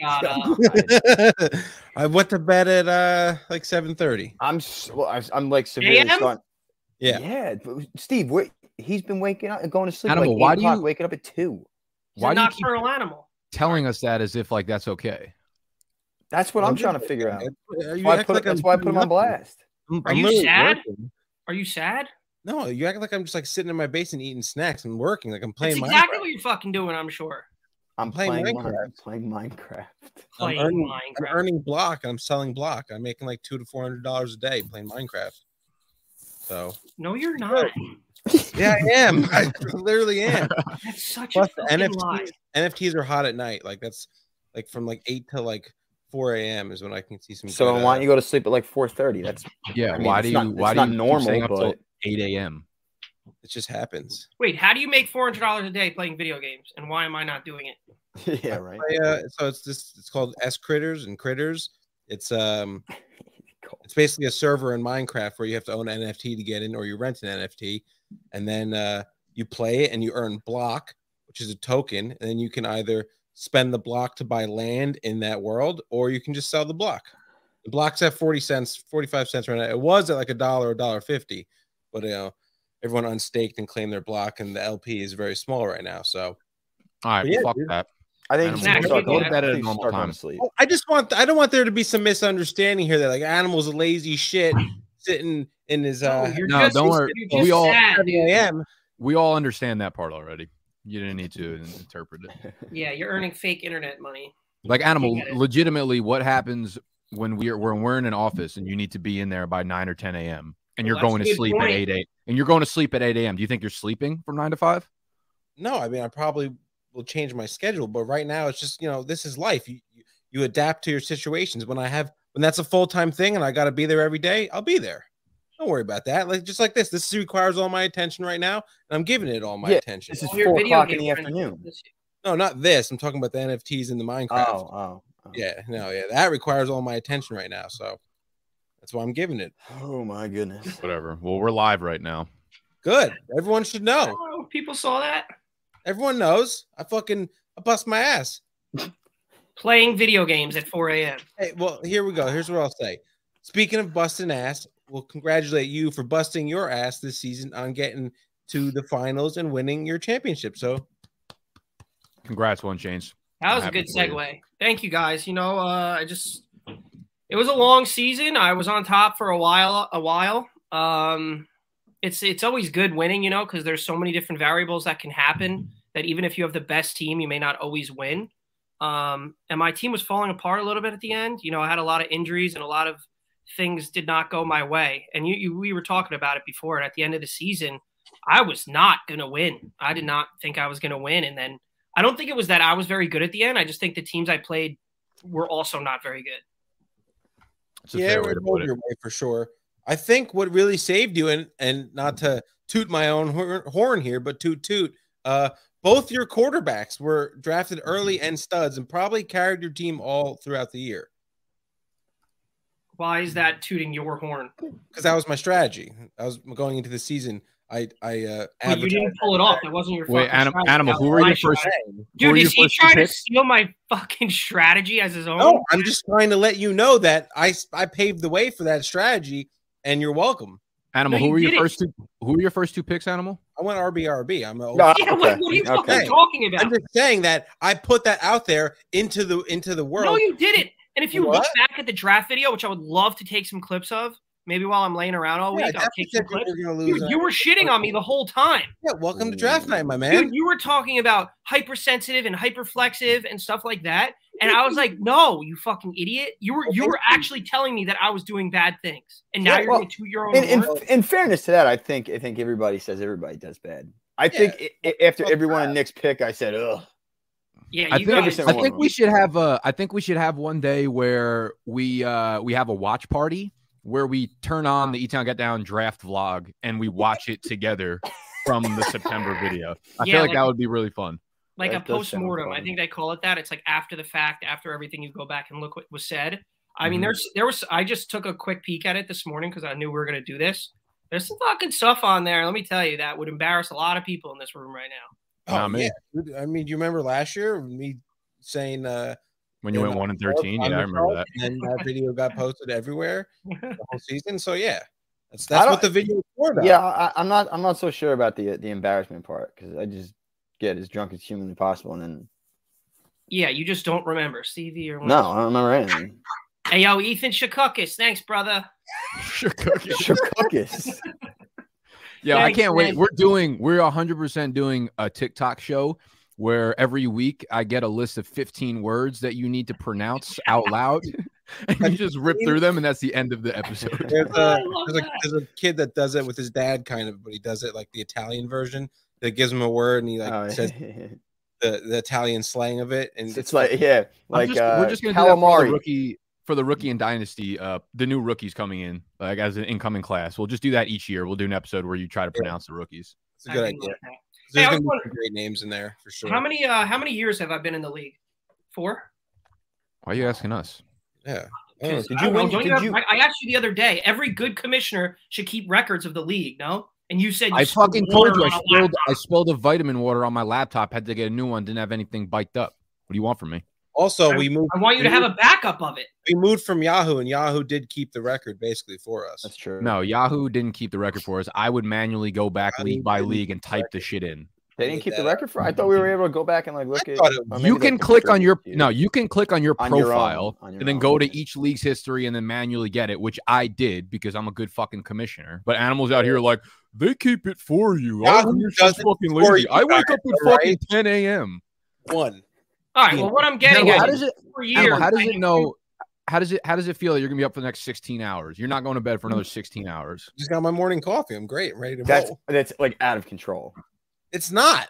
Shut up. I went to bed at uh like seven thirty. I'm s- well, I- I'm like severely AM? starting. Yeah. Uh, yeah. but Steve, wait, he's been waking up and going to sleep. Animal, like eight why do o'clock, you- waking up at two? He's Why a do you keep nocturnal animal. telling us that as if like that's okay? That's what I'm trying to figure out. uh, That's You why I act put, like I'm that's why I put him doing on nothing. blast. I'm- Are I'm you literally sad? working. Are you sad? No, you act like I'm just like sitting in my basement eating snacks and working. Like I'm That's playing. exactly Minecraft. what you're fucking doing. I'm sure. I'm playing playing, Minecraft. Minecraft. I'm playing Minecraft. I'm Playing earning, I'm Minecraft. earning block. I'm selling block. I'm making like two to four hundred dollars a day playing Minecraft. So no, you're not. yeah, I am. I literally am. That's such Plus a the fucking NFTs. lie. NFTs are hot at night. Like that's like from like eight to like four a.m. is when I can see some. So good, then uh, why don't you go to sleep at like 4:30? That's Yeah. I mean, why it's do you? not- why it's do you not keep staying normal, up till but- eight a.m. it just happens. Wait, how do you make four hundred dollars a day playing video games, and why am I not doing it? yeah, right. I, uh, so it's this. It's called S Critters and Critters. It's um, it's basically a server in Minecraft where you have to own an NFT to get in, or you rent an NFT, and then uh, you play it and you earn block, which is a token, and then you can either spend the block to buy land in that world, or you can just sell the block. The block's at forty cents, forty-five cents right now. It was at like a dollar, a dollar fifty, but you know, everyone unstaked and claimed their block, and the LP is very small right now. So All right. Yeah, fuck dude. that. I think Animal. you should start Go to going- bed at a you should normal start going time. to sleep. Well, Oh, I just want I don't want there to be some misunderstanding here that like animals are lazy shit sitting in Oh, his uh you're no, don't worry. you're We all- sad, dude. 7 a.m. We all understand that part already. You didn't need to in- interpret it. Yeah, you're earning fake internet money. Like animal, get it. legitimately, what happens when we're when we're in an office and you need to be in there by nine or ten a.m. and you're Well, that's going a to good sleep point. at eight eight and you're going to sleep at eight a.m. Do you think you're sleeping from nine to five? No, I mean I probably will change my schedule, but right now it's just you know this is life. You you, you adapt to your situations. When I have when that's a full time thing and I got to be there every day, I'll be there. Don't worry about that. Like just like this, this requires all my attention right now, and I'm giving it all my Yeah, attention. This is All your four video o'clock in game the friends- afternoon. No, not this. I'm talking about the NFTs and the Minecraft. Oh, oh, oh. Yeah, no, yeah, that requires all my attention right now. So that's why I'm giving it. Oh my goodness. Whatever. Well, we're live right now. Good. Everyone should know. Oh, people saw that Everyone knows. I fucking I bust my ass. playing video games at 4 a.m. Hey, well, here we go. Here's what I'll say. Speaking of busting ass, we'll congratulate you for busting your ass this season on getting to the finals and winning your championship. So Congrats, one change. That was a I'm good happy for you. segue. Thank you guys. You know, uh, I just it was a long season. I was on top for a while. A while. Um, it's it's always good winning, you know, because there's so many different variables that can happen. That even if you have the best team, you may not always win. Um, and my team was falling apart a little bit at the end. You know, I had a lot of injuries and a lot of things did not go my way. And you, you we were talking about it before. And at the end of the season, I was not gonna win. I did not think I was gonna win. And then I don't think it was that I was very good at the end. I just think the teams I played were also not very good. It's a yeah, fair it way to rolled put it. your way for sure. I think what really saved you, and and not to toot my own hor- horn here, but toot toot. Uh, both your quarterbacks were drafted early and studs, and probably carried your team all throughout the year. Why is that tooting your horn? because that was my strategy. I was going into the season. I I uh, But you didn't advertised- pull it off. That wasn't your Wait, fucking anim- strategy. Animal, That who was were my your first- strategy. who were Dude, your is he first two trying to picks? steal my fucking strategy as his own? No, I'm just trying to let you know that I I paved the way for that strategy, and you're welcome. Animal, No, who you were your didn't. first two? Who were your first two picks? Animal. I went RBRB. I'm No, a, Yeah, Okay, what, what are you fucking okay. talking about? I'm just saying that I put that out there into the into the world. No, you didn't. And if you What? look back at the draft video, which I would love to take some clips of, maybe while I'm laying around all Yeah, I week, I'll definitely take some said we clips. were gonna lose. Dude, you were shitting on me the whole time. yeah, welcome to draft night, my man. Dude, you were talking about hypersensitive and hyperflexive and stuff like that. And I was like, no, you fucking idiot. You were you were actually telling me that I was doing bad things. And now Yeah, you're well, going to your own In, in, horn? in fairness to that, I think I think everybody says everybody does bad. I think i- i- after Fuck everyone in Nick's pick, I said, "Ugh." Yeah, I you think- guys, Every I Everyone think will. we should have a. I think we should have one day where we uh we have a watch party where we turn on the E Town Get Down draft vlog and we watch it together from the September video. I Yeah, feel like, like- that would be really fun. like a That does post sound mortem. I fun. think they call it that. It's like after the fact, after everything, you go back and look what was said. I Mm-hmm. mean, Mhm. there's there was I just took a quick peek at it this morning because I knew we were gonna do this. There's some fucking stuff on there. Let me tell you, that would embarrass a lot of people in this room right now. Oh, Nah, man. yeah. dude. I mean, you remember last year me saying uh when you went one and thirteen. Yeah, I remember that. And then that video got posted everywhere the whole season. So yeah, that's that's don't- what the video is for. About. Yeah, I, I'm not. I'm not so sure about the the embarrassment part because I just get as drunk as humanly possible, and then Yeah, you just don't remember Stevie or no, I don't remember anything. Hey yo, Ethan Shakukis, thanks, brother. Sure, cookie. Chukakis. Yeah, I Thanks, can't wait. man. We're doing we're 100% doing a TikTok show where every week I get a list of 15 words that you need to pronounce out loud and you just rip through them and that's the end of the episode. There's I Uh, a, love there's, a, that. there's a kid that does it with his dad, kind of, but he does it like the Italian version. That gives him a word, and he like Oh, says the, the Italian slang of it, and it's, it's like yeah, I'm like just- uh, we're just going to do that for the calamari. rookie for the rookie and dynasty uh the new rookies coming in like as an incoming class. We'll just do that each year. We'll do an episode where you try to Yeah. pronounce the rookies. it's a good I idea. do like that. There's Hey, I gonna was be wondering- some great names in there for sure. How many uh how many years have I been in the league? Four? Why are you asking us? Yeah. I don't know. Because did I you don't know, win- don't you did have- you- I, I asked you the other day. Every good commissioner should keep records of the league. No, and you said you I spilled fucking water told on you I a spilled laptop. I spilled a vitamin water on my laptop. Had to get a new one. Didn't have anything biked up. What do you want from me? Also, we moved. I want you to have a backup of it. We moved from Yahoo, and Yahoo did keep the record basically for us. That's true. No, Yahoo didn't keep the record for us. I would manually go back Yahoo league by didn't league and type the shit in. they didn't keep the that. record for. I thought we were able to go back and like look I at. thought it- or You maybe they can click on your contributed to no, you can click on your On your own, profile on your and then own, go to yeah. each league's history and then manually get it, which I did because I'm a good fucking commissioner. But animals out here are like they keep it for you. I, Yahoo you're such doesn't fucking for lazy. you, I wake up at right? fucking 10 a.m. One. All right. Well, what I'm getting Animal, at how is does it four years. Animal, how does I it am- know? How does it how does it feel that you're gonna be up for the next 16 hours? You're not going to bed for another 16 hours. Just got my morning coffee. I'm great. I'm ready to That's roll. that's like out of control. It's not.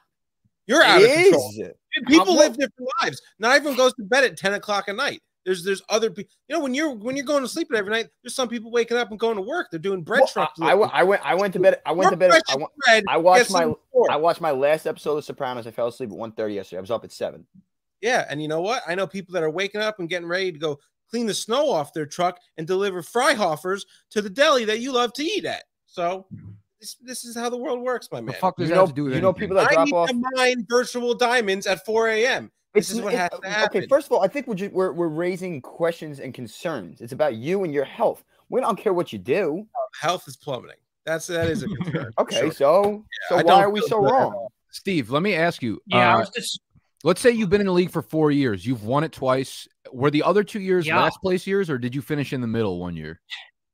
You're out of control. Is. Dude, people I'm- live different lives. Not everyone goes to bed at 10 o'clock at night. There's there's other people. You know when you're when you're going to sleep every night. There's some people waking up and going to work. They're doing bread Well, trucks. I, wa- I went. I went to bed. I went to bed. I, wa- bread. I watched gets my. them before. I watched my last episode of Sopranos. I fell asleep at 1.30 yesterday. I was up at seven. Yeah, and you know what? I know people that are waking up and getting ready to go clean the snow off their truck and deliver Fryhoffers to the deli that you love to eat at. So this this is how the world works, my The man. fuck does You that know, have to do with you know anything? people that I drop need off. to mine virtual diamonds at 4 a.m. This is n- uh, what has to happen. Okay, first of all, I think we're, just, we're we're raising questions and concerns. It's about you and your health. We don't care what you do. Uh, Health is plummeting. That's that is a concern. Okay, Sure. so so I don't why are we feel so good at wrong? all. Steve, let me ask you. Yeah, uh, I was just Let's say you've been in the league for four years. You've won it twice. Were the other two years Yeah. last place years, or did you finish in the middle one year?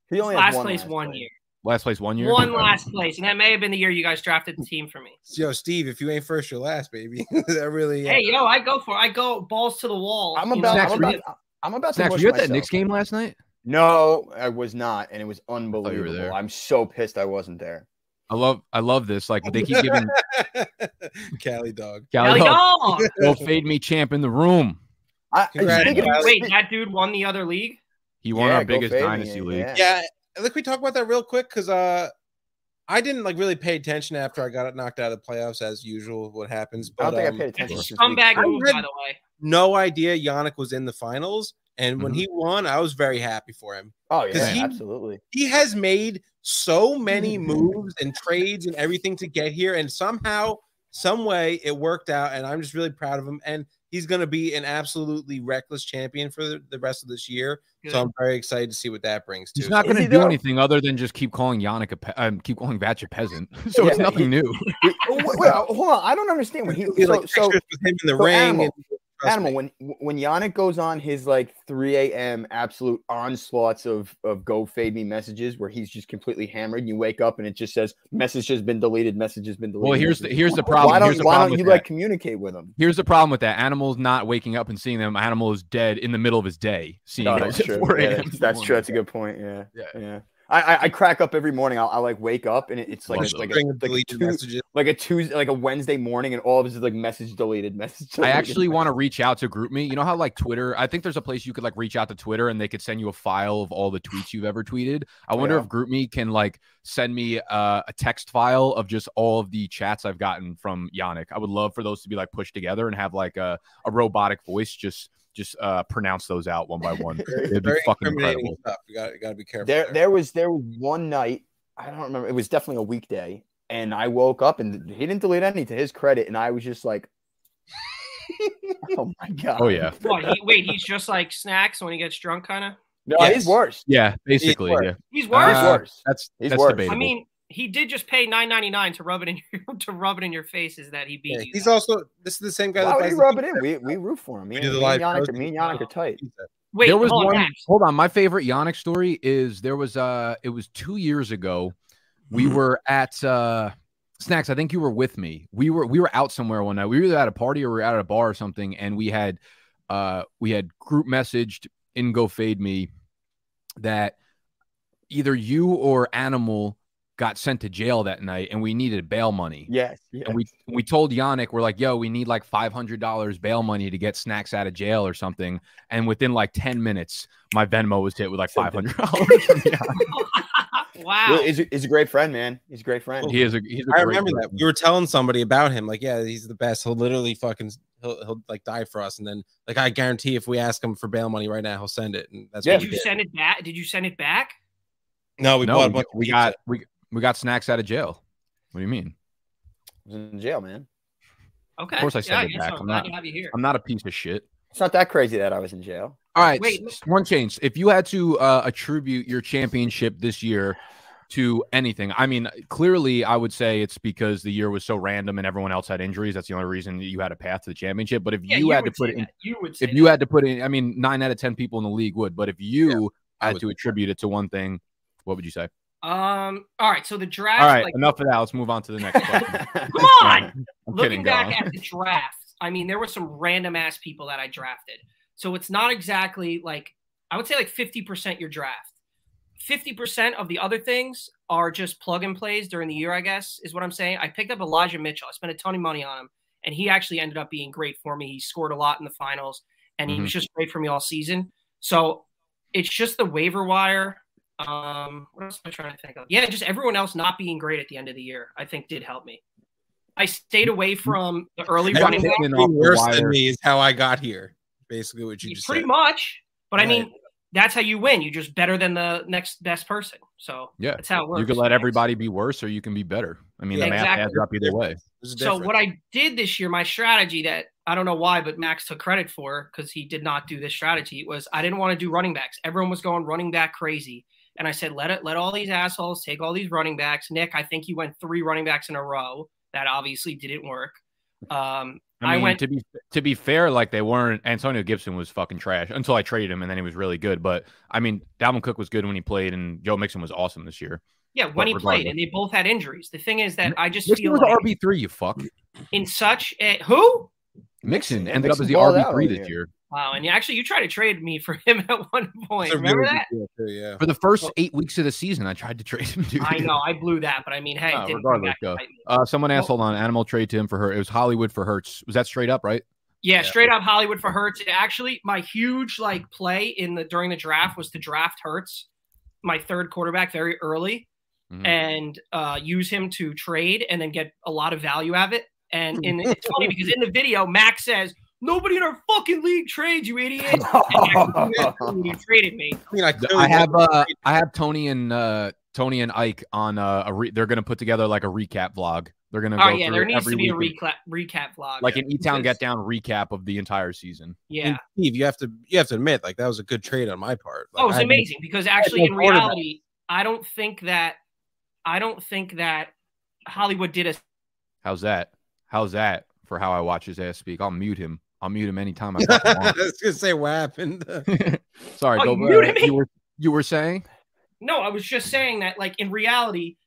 He only has last place one place. year, Last place one year. one last place, and that may have been the year you guys drafted the team for me. Yo, Steve, if you ain't first, you're last, baby. that really. uh, Hey yo, I go for it. I go balls to the wall. I'm you about. Snacks, I'm were about, you- I'm about to. Snacks, were mush you at that myself. Knicks game last night? No, I was not, and it was were unbelievable. there. I'm so pissed I wasn't there. I love, I love this. Like they keep giving Cali dog. Hell Cali Hope, y'all. "Go fade me champ in the room. I, Congrats, speaking of- guys. Wait, that dude won the other league. He won Yeah, our go biggest fade me, dynasty league. Yeah, look, we talk about that real quick because uh, I didn't like really pay attention after I got knocked out of the playoffs as usual. What happens? I But, don't think um, I paid attention. That's a since we- scumbag I move, read- by the way. no idea Yannick was in the finals, and when he won, I was very happy for him. Oh 'Cause yeah, he- absolutely. He has made so many Hmm. moves and trades and everything to get here, and somehow, some way, it worked out. And I'm just really proud of him. And he's going to be an absolutely reckless champion for the, the rest of this year. Good. So I'm very excited to see what that brings. Too. He's not Is going to he do though? anything other than just keep calling Yannick a, pe- um, keep calling Vatch a peasant. so it's Yeah. nothing new. Wait, wait, hold on, I don't understand when he. It'll be So, like so pictures with him in the so ring. Animal- and- trust Animal, me. when when Yannick goes on his like 3 a.m. absolute onslaughts of of go fade me messages where he's just completely hammered, and you wake up and it just says message has been deleted, message has been deleted. Well, here's the message- here's the problem. Why don't, here's the why problem don't with you that. like communicate with him? Here's the problem with that. Animal's not waking up and seeing them. Animal is dead in the middle of his day. Seeing No, it Oh, that's at true. 4 Yeah, a.m. that's, that's true. That's a good point. Yeah. Yeah. Yeah. I, I, I crack up every morning. I'll, I like wake up and it, it's like Love it's that. like a, String of like, a deleted two- messages. like a Tuesday, like a Wednesday morning, and all of this is like message deleted, message. I Deleted. actually want to reach out to GroupMe. You know how like Twitter, I think there's a place you could like reach out to Twitter and they could send you a file of all the tweets you've ever tweeted. I wonder Oh, Yeah. if GroupMe can like send me uh, a text file of just all of the chats I've gotten from Yannick. I would love for those to be like pushed together and have like a, a robotic voice just just uh, pronounce those out one by one. It'd be Very fucking incriminating incredible. stuff. You got, you got to be careful. There, there. there was there was one night I don't remember. It was definitely a weekday, and I woke up and he didn't delete any to his credit, and I was just like, oh my god. Oh yeah, What, he, wait, he's just like snacks when he gets drunk, kind of. No, Yes. he's worse. yeah, basically, worse. yeah. He's He's worse. Uh, worse. That's He's that's worse. debatable. I mean, he did just pay nine ninety nine to rub it in your to rub it in your faces that he beat Yeah, you. he's also this is the same guy Why that would buys he the rub it in? We, we root for him. Me, We and- do the me live and Yannick, are- posting. me and Yannick are tight. pizza. wait, there was hold on, one. Max. Hold on, my favorite Yannick story is there was uh it was two years ago. We Mm-hmm. were at uh snacks. I think you were with me. We were we were out somewhere one night. We were either at a party or we were out at a bar or something, and we had uh we had group messaged in GoFadeMe that either you or Animal got sent to jail that night, and we needed bail money. Yes. yes. And we we told Yannick, we're like, yo, we need like five hundred dollars bail money to get snacks out of jail or something. And within like ten minutes, my Venmo was hit with like five hundred dollars. wow. He's, a, he's a great friend, man. He's a great friend. he is a he's a I great remember that person. we were telling somebody about him, like, yeah, he's the best. He'll literally fucking he'll he'll like die for us, and then like I guarantee if we ask him for bail money right now, he'll send it. And that's Yeah. what Did we you did. send it back? Did you send it back? No, we no, bought one. we, we got we we got snacks out of jail. What do you mean? He's in jail, man. Okay. Of course I sent it guess back. I'm I'm glad not- to have you here. I'm not a piece of shit. It's not that crazy that I was in jail. All right, Wait, s- one change. If you had to uh, attribute your championship this year to anything, I mean, clearly, I would say it's because the year was so random and everyone else had injuries. That's the only reason that you had a path to the championship. But if Yeah, you, had to would put say it in, that. you would say if you that. had to put in, I mean, nine out of ten people in the league would. But if you I had would. to attribute it to one thing, what would you say? um. All right. So the draft. All right, like, enough of that. Let's move on to the next question. come on. I'm looking kidding, back Dylan. at the draft, I mean, there were some random ass people that I drafted. So it's not exactly like I would say like 50% your draft. 50% of the other things are just plug and plays during the year, I guess, is what I'm saying. I picked up Elijah Mitchell. I spent a ton of money on him, and he actually ended up being great for me. He scored a lot in the finals, and Mm-hmm. he was just great for me all season. So it's just the waiver wire. Um, what else am I trying to think of? Yeah, just everyone else not being great at the end of the year, I think did help me. I stayed away from the early Everyone running back, in off Being the worse than wire. me is how I got here. Basically, what you just pretty said. much. But I Right. mean, that's how you win. You're just better than the next best person. So Yeah, that's how it works. You could let everybody be worse, or you can be better. I mean, Yeah, the math exactly. adds up either way. There's a So difference. what I did this year, my strategy that I don't know why, but Max took credit for because he did not do this strategy was I didn't want to do running backs. Everyone was going running back crazy, and I said let it let all these assholes take all these running backs. Nick, I think you went three running backs in a row. That obviously didn't work. Um, I I mean, went- to be to be fair, like they weren't. Antonio Gibson was fucking trash until I traded him, and then he was really good. But I mean, Dalvin Cook was good when he played, and Joe Mixon was awesome this year. yeah, when he played, regardless. and they both had injuries. The thing is that I just Mixon feel was like RB three. You fuck. in such a who. Mixon Mixon ended up as the balled RB three out this here. year Wow, and actually, you tried to trade me for him at one point. That's a Remember really that? good deal, too, yeah. for the first eight weeks of the season. I tried to trade him. Dude. I know I blew that, but I mean, hey, No, it didn't come regardless, back to go. bite me. Uh, someone asked, hold on, animal trade to him for her. It was Hollywood for Hertz. Was that straight up, right? Yeah, Yeah. straight up Hollywood for Hertz. It actually, my huge like play in the during the draft was to draft Hertz, my third quarterback, very early, Mhm. and uh, use him to trade and then get a lot of value out of it. And in it's funny because in the video, Max says, "Nobody in our fucking league trades you, idiot." And you traded me. I mean, I, I clearly have uh, I have Tony and uh, Tony and Ike on uh, a re- they're gonna put together like a recap vlog. They're gonna Oh go yeah, through there needs every to be a week of- recap recap vlog. like an E Town because- Get Down recap of the entire season. yeah. Steve, you have to you have to admit, like that was a good trade on my part. Like, Oh, it's I- amazing because actually, no in quarterback. reality, I don't think that I don't think that Hollywood did a How's that? How's that for how I watch his ass speak? I'll mute him. I'll mute him anytime I fucking I was gonna say what happened. want. Sorry, Oh, go. you muted me? you were you were saying? No, I was just saying that, like, in reality,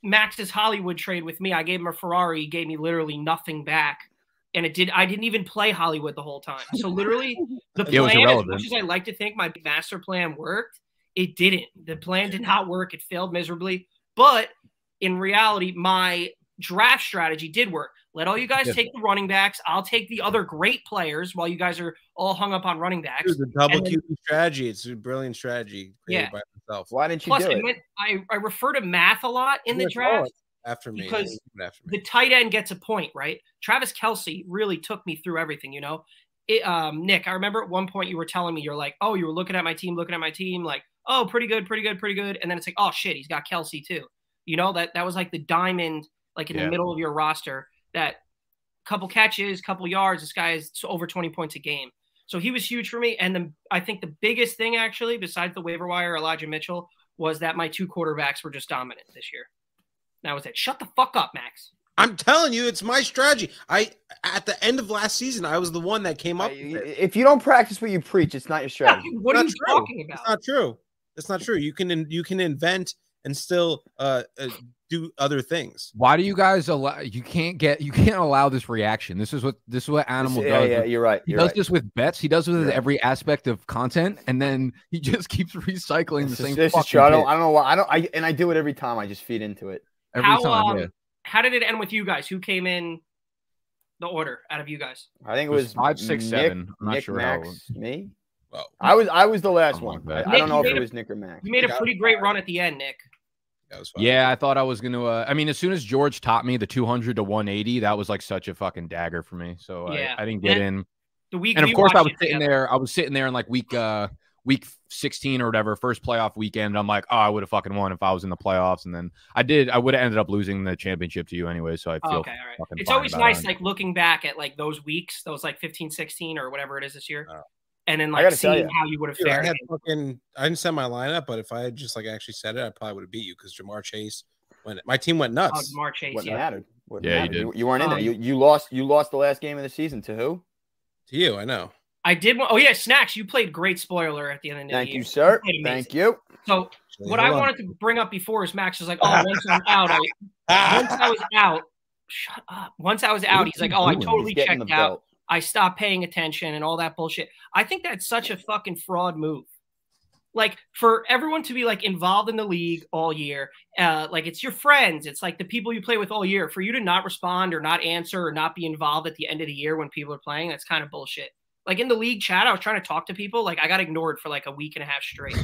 Max's Hollywood trade with me, I gave him a Ferrari, he gave me literally nothing back. And it did, I didn't even play Hollywood the whole time. So, literally, the It was plan, as irrelevant. much as I like to think my master plan worked, it didn't. The plan did not work. It failed miserably. But in reality, my draft strategy did work. Let all you guys Yeah. take the running backs. I'll take the other great players while you guys are all hung up on running It backs. was a double And then- QB strategy. It's a brilliant strategy Yeah. created by myself Why didn't you Plus, do I, it? went, I, I refer to math a lot in the Yes, oh, draft. after me. Because it after me. the tight end gets a point, right? Travis Kelsey really took me through everything, you know. It, um, Nick, I remember at one point you were telling me you're like, oh, you were looking at my team, looking at my team, like, oh, pretty good, pretty good, pretty good, and then it's like, oh shit, he's got Kelsey too. You know that that was like the diamond, like in Yeah. the middle of your roster that couple catches, couple yards. This guy is over 20 points a game. So he was huge for me. And the, I think the biggest thing, actually, besides the waiver wire, Elijah Mitchell, was that my two quarterbacks were just dominant this year. That was it. Shut the fuck up, Max. I'm telling you, it's my strategy. I at the end of last season, I was the one that came up. Uh, with it. If you don't practice what you preach, it's not your strategy. what are you That's true. talking It's about? not true. It's not true. You can in- you can invent and still uh, uh do other things. Why do you guys allow? You can't get. You can't allow this reaction. This is what this is what Animal yeah, does. yeah, with- you're right. he You're does right. this with bets. He does it with You're right. every aspect of content, and then he just keeps recycling the This same. is, this is fucking true. I don't, pitch I don't know why. I don't. I and I do it every time. I just feed into it. every How, time. um, yeah. How did it end with you guys? Who came in the order out of you guys? I think It it was, was five, six, Nick- seven. I'm not Nick, sure how it Max, was. me. Well, I was. I was the last Something like one. that. I, I Nick, don't know you if made it a- was Nick or Max. You made a pretty great run at the end, Nick. that was fun. Yeah, I thought I was gonna. Uh, I mean, as soon as George taught me the 200 to 180, that was like such a fucking dagger for me. So Yeah. I, I didn't get in. The week And of we course, I watched was it sitting together. there. I was sitting there in like week, uh, week 16 or whatever, first playoff weekend. I'm like, oh, I would have fucking won if I was in the playoffs. And then I did. I would have ended up losing the championship to you anyway. So I Oh, feel okay, all right. fucking It's fine always about nice, it. like looking back at like those weeks, those like 15, 16, or whatever it is this year, Oh. and then I like gotta tell seeing ya. how you would have Dude, I fared. had fucking I didn't send my lineup, but if I had just like actually said it, I probably would have beat you because Jamar Chase went. My team went Oh, nuts. Jamar Chase, What yeah. mattered? What Yeah, you mattered? did. You, you weren't in there. Um, You you lost. You lost the last game of the season to who? To you, I know. I did. wa- Oh yeah, snacks. You played great. Spoiler at the end of the Thank year. you, sir. You did amazing. Thank you. So Actually, what hold I on. wanted to bring up before is Max was like, "Oh, once I'm out, I, Ah, once I was out, shut up. Once I was out, What he's like, you "Oh, I doing? totally He's getting checked the out. belt. I stopped paying attention and all that bullshit. I think that's such a fucking fraud move. Like for everyone to be like involved in the league all year, uh, like it's your friends, it's like the people you play with all year. For you to not respond or not answer or not be involved at the end of the year when people are playing, that's kind of bullshit. Like in the league chat, I was trying to talk to people, like I got ignored for like a week and a half straight.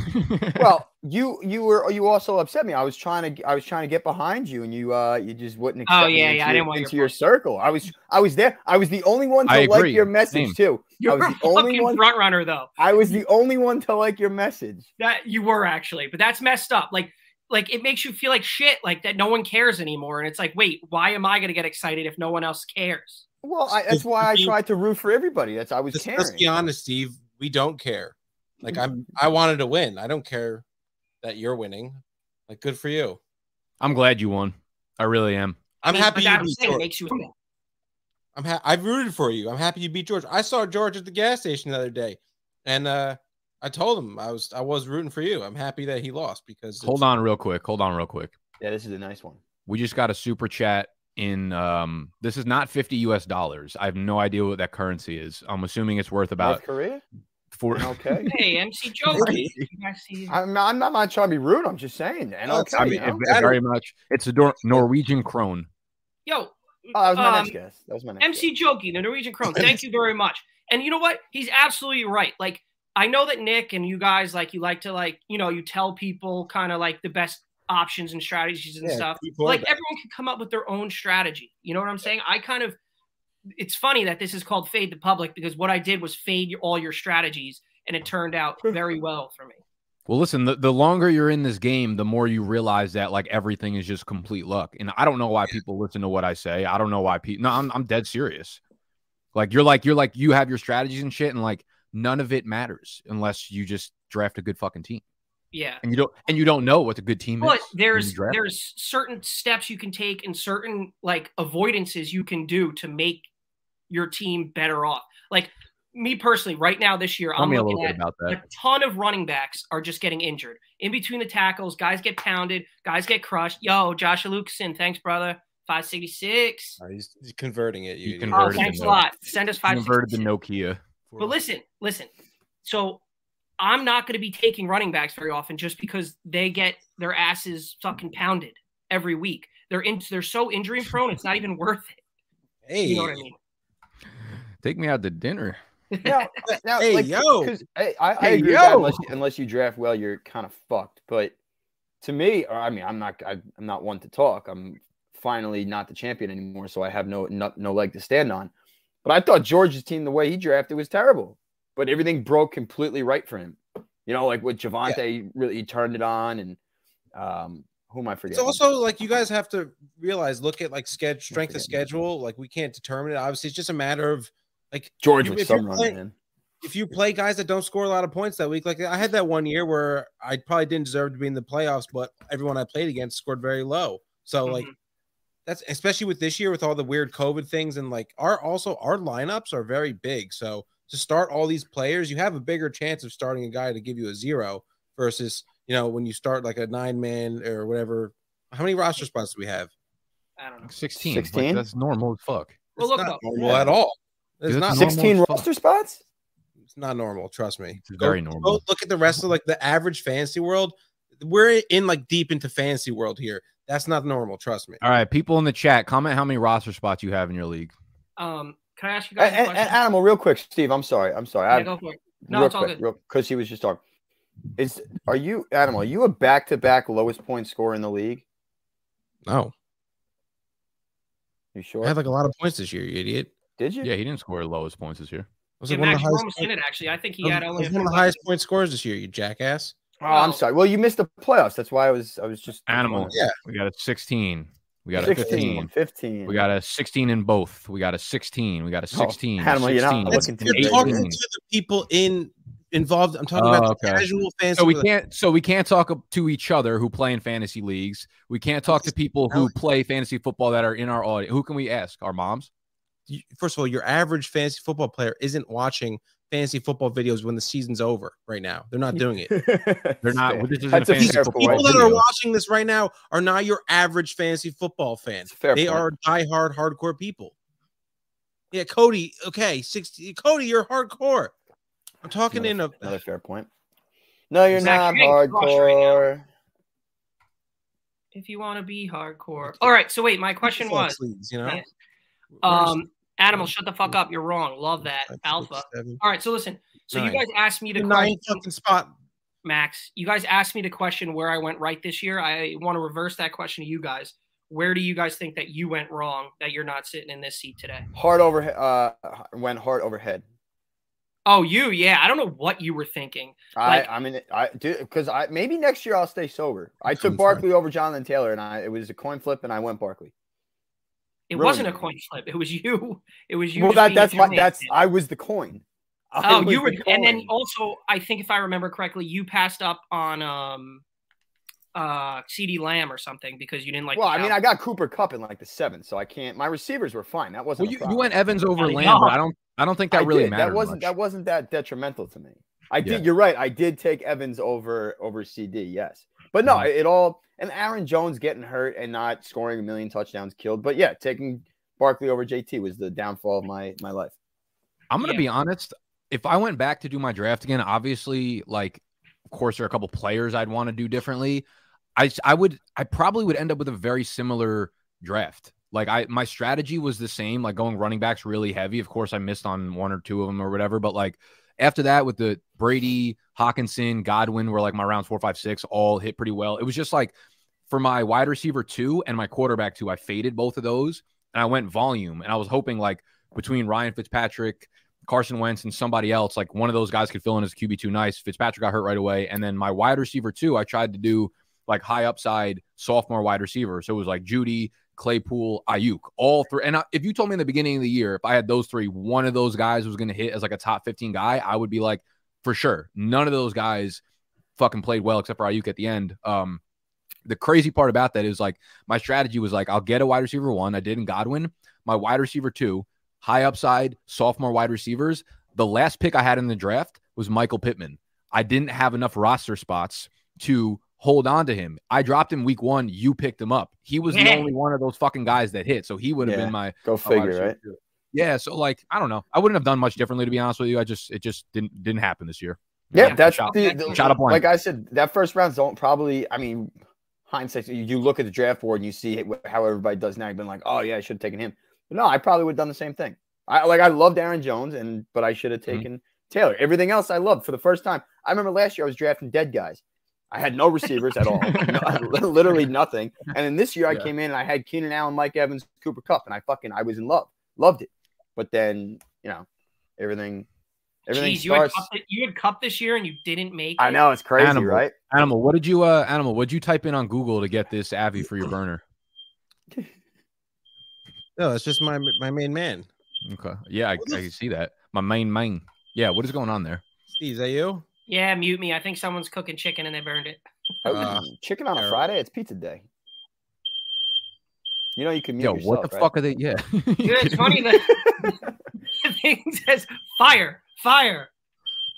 Well, you you were you also upset me. I was trying to I was trying to get behind you, and you uh you just wouldn't. Oh, Accept me yeah, into yeah, I your- didn't want your into your voice. circle. I was I was there. I was the only one to I like agree. your message Same. too. You're was a the only fucking one- front runner though. I was the only one to like your message. That you were actually, but that's messed up. Like, like it makes you feel like shit, like that no one cares anymore. And it's like, wait, why am I gonna get excited if no one else cares? Well, I, that's why I tried to root for everybody. That's I was Let's, caring. let's be honest, Steve. We don't care. Like I'm, I wanted to win. I don't care that you're winning. Like good for you. I'm glad you won. I really am. I'm mean, but happy you I'm beat saying it George. makes you. I'm ha- I've rooted for you. I'm happy you beat George. I saw George at the gas station the other day, and uh, I told him I was I was rooting for you. I'm happy that he lost because it's- Hold on, real quick. Hold on, real quick. Yeah, this is a nice one. We just got a super chat in um this is not 50 US dollars. I have no idea what that currency is. I'm assuming it's worth about North Korea. four Okay. Hey, MC Joey. you guys see- I'm not, I'm not, not trying to be rude. I'm just saying. And That's- okay, I you mean know? it- it very much. It's a Dor- Norwegian krone. Yo, Oh, that was my um, next guess. That was my next MC Jokey, the Norwegian Crone. Thank you very much. And you know what? He's absolutely right. Like I know that Nick and you guys like you like to like you know you tell people kind of like the best options and strategies and Yeah, stuff. keep Like quarterback. everyone can come up with their own strategy. You know what I'm saying? I kind of. It's funny that this is called fade the public because what I did was fade your- all your strategies and it turned out very well for me. Well, listen, the, the longer you're in this game, the more you realize that like everything is just complete luck. And I don't know why people listen to what I say. I don't know why people No, I'm I'm dead serious. Like you're like you're like you have your strategies and shit and like none of it matters unless you just draft a good fucking team. Yeah. And you don't and you don't know what the good team But is. when there's you draft it. there's certain steps you can take and certain like avoidances you can do to make your team better off. Like me personally, right now this year, Tell I'm me a looking little bit at about that. a ton of running backs are just getting injured. In between the tackles, guys get pounded, guys get crushed. Yo, Joshua Lucasen, thanks, brother. 566. Oh, he's, he's converting it. You, He idiot. Oh, converted thanks to a no. lot. Send us five. converted to Nokia. But listen, listen. So I'm not going to be taking running backs very often just because they get their asses fucking pounded every week. They're in, they're so injury prone. It's not even worth it. Hey, You know what I mean? Take me out to dinner. guess. Now, now, Hey, like, yo. 'cause I, I, I Hey, agree with that. yo. Unless, you- unless you draft well, you're kind of fucked. But to me, or, I mean, I'm not. I, I'm not one to talk. I'm finally not the champion anymore, so I have no, no no leg to stand on. But I thought George's team, the way he drafted, was terrible. But everything broke completely right for him. You know, like with Javante, really he turned it on, and um, who am I It's forgetting? also like you guys have to realize, look at like schedule strength of forgetting. schedule. Like we can't determine it. Obviously, it's just a matter of George if with you're some running playing- in. if you play guys that don't score a lot of points that week. Like I had that one year where I probably didn't deserve to be in the playoffs, but everyone I played against scored very low. So Mm-hmm. like that's especially with this year with all the weird COVID things and like our also our lineups are very big. So to start all these players, you have a bigger chance of starting a guy to give you a zero versus you know when you start like a nine man or whatever. How many roster spots do we have? I don't know. 16. 16? that's normal as fuck. Well, look It's not up. normal Yeah. at all. It's Dude, not it's normal Sixteen as fuck. roster spots. it's not normal. Trust me. It's very go normal. look at the rest of like the average fantasy world. We're in like deep into fantasy world here. That's not normal. Trust me. All right, people in the chat, comment how many roster spots you have in your league. Um, can I ask you And, guys a and, question? and Animal, real quick, Steve. I'm sorry. I'm sorry. I yeah, have- go for it. No, real it's all quick, good. because he was just talking. Is are you Animal? Are you a back to back lowest point scorer in the league? No, You sure? I had like a lot of points this year. You idiot. It Did you? Yeah, he didn't score lowest points this year. was Yeah, like, one, Max, of the you were highest almost in point, it actually. I think he it was- had it only was a one few of the highest points. point scores this year. You jackass. Oh, Wow. I'm sorry. Well, you missed the playoffs. That's why I was. I was just Animal. Yeah. We got a 16. We got a 16, 15. 15. We got a 16 in both. We got a 16. We got a 16. Animal, you're not 16, Let's That's, looking you're continue. talking to 18. the people in involved. I'm talking Oh, about the okay. casual fantasy. So we world. can't. So we can't talk up to each other who play in fantasy leagues. We can't talk to people who play fantasy football that are in our audience. Who can we ask? Our moms. You- First of all, your average fantasy football player isn't watching fantasy football videos when the season's over. Right now, they're not doing it. They're They're not. This isn't That's a a fantasy fair football. point. people that are video. watching this right now are not your average fantasy football fan. It's a fair They point. are diehard, hardcore people. Yeah, Cody. Okay, sixty. Cody, you're hardcore. I'm talking in a. Another fair point. No, you're Zach, not you're getting crushed right now. hardcore. If you want to be hardcore. All right. So wait, my question was, Leagues, you know. Yeah. um, Animal, shut the fuck up. You're wrong. Love that alpha. All right. So listen. So Nine. you guys asked me to The question nine fucking spot. Max. You guys asked me to question where I went right this year. I want to reverse that question to you guys. Where do you guys think that you went wrong that you're not sitting in this seat today? Hard over. Uh, went hard overhead. Oh, you? Yeah. I don't know what you were thinking. Like- I, I mean, I do because I maybe next year I'll stay sober. I Sounds took right. Barkley over Jonathan Taylor, and I it was a coin flip, and I went Barkley. It Ruined wasn't a it. coin flip. It was you. It was you. Well, just that, being a that's my jerk. that's I was the coin. I Oh, was you were, the and then coin. also, I think if I remember correctly, you passed up on um, uh, CD Lamb or something because you didn't like. well, the I mean, I Falcons. got Cooper Cup in like the seventh, so I can't. My receivers were fine. That Well, wasn't. you, a you problem. went Evans over Yeah. Lamb, but I don't. I don't think that I really did. mattered. That wasn't much. that wasn't that detrimental to me. I did. Yeah. You're right. I did take Evans over over CD. Yes, but no, Mhm. it all and Aaron Jones getting hurt and not scoring a million touchdowns killed. But yeah, taking Barkley over JT was the downfall of my my life. I'm gonna Yeah. be honest. If I went back to do my draft again, obviously, like, of course, there are a couple players I'd want to do differently. I s- I would I probably would end up with a very similar draft. Like I my strategy was the same, like going running backs really heavy. Of course, I missed on one or two of them or whatever, but like after that with the Brady, Hawkinson, Godwin were like my rounds four, five, six all hit pretty well. It was just like for my wide receiver two and my quarterback two, I faded both of those and I went volume. And I was hoping like between Ryan Fitzpatrick, Carson Wentz, and somebody else, like one of those guys could fill in as QB two nice. Fitzpatrick got hurt right away. And then my wide receiver two, I tried to do like high upside sophomore wide receiver. So it was like Judy, Claypool, Ayuk, all three. And I, if you told me in the beginning of the year, if I had those three, one of those guys was going to hit as like a top 15 guy, I would be like, for sure. None of those guys fucking played well except for Ayuk at the end. Um, the crazy part about that is like my strategy was like I'll get a wide receiver one. I did in Godwin, my wide receiver two, high upside sophomore wide receivers. The last pick I had in the draft was Michael Pittman. I didn't have enough roster spots to hold on to him. I dropped him week one. You picked him up. He was the Yeah. only one of those fucking guys that hit. So he would have Yeah. been my Go a wide figure, receiver right? too. Yeah, so like I don't know. I wouldn't have done much differently to be honest with you. I just it just didn't didn't happen this year. Yeah, Yeah, that's shot- the, shot shot up up blind. Like I said, that first round don't probably. I mean, hindsight, you you look at the draft board and you see how everybody does now. You've been like, oh yeah, I should have taken him. But no, I probably would have done the same thing. I like I loved Aaron Jones, and but I should have Mm-hmm. taken Taylor. Everything else I loved for the first time. I remember last year I was drafting dead guys. I had no receivers at all, No- literally nothing. And then this year I Yeah. came in and I had Keenan Allen, Mike Evans, Cooper Cup, and I fucking I was in love, loved it. But then you know everything Everything Jeez, you had, starts. cup, you had cup this year and you didn't make I it? know it's crazy, Animal. right? Animal, what did you uh animal? What'd you type in on Google to get this Avi for your burner? No, that's just my my main man. Okay. Yeah, I, I can see that. My main main. Yeah, what is going on there? Steve, is that you? Yeah, mute me. I think someone's cooking chicken and they burned it. Oh, Uh, chicken on a terrible. Friday? It's pizza day. You know you can mute Yo, yourself, what the right? fuck are they? Yeah. Dude, it's funny that the thing says fire, fire.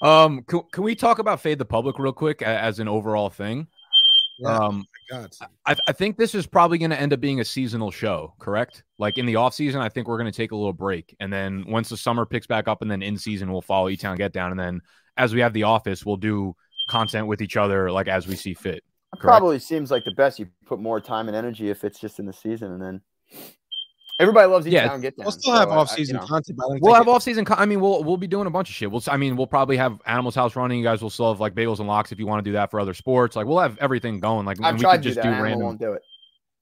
um, can, can we talk about fade the public real quick a- as an overall thing? Yeah. Um, God, I, I think this is probably going to end up being a seasonal show, correct? Like in the off season, I think we're going to take a little break, and then once the summer picks back up, and then in season we'll follow E Town Get Down, and then as we have the office, we'll do content with each other like as we see fit. It Correct? Probably seems like the best. You put more time and energy if it's just in the season, and then everybody loves each Yeah. town. Get down. we'll still have so I- I- off season you know. content. But I don't We'll think have off season. Con- I mean, we'll we'll be doing a bunch of shit. We'll s- I mean, we'll probably have Animals House running. You guys will still have like bagels and locks if you want to do that for other sports. Like we'll have everything going. Like I've and tried we could to do that. just do Animal random. won't do it.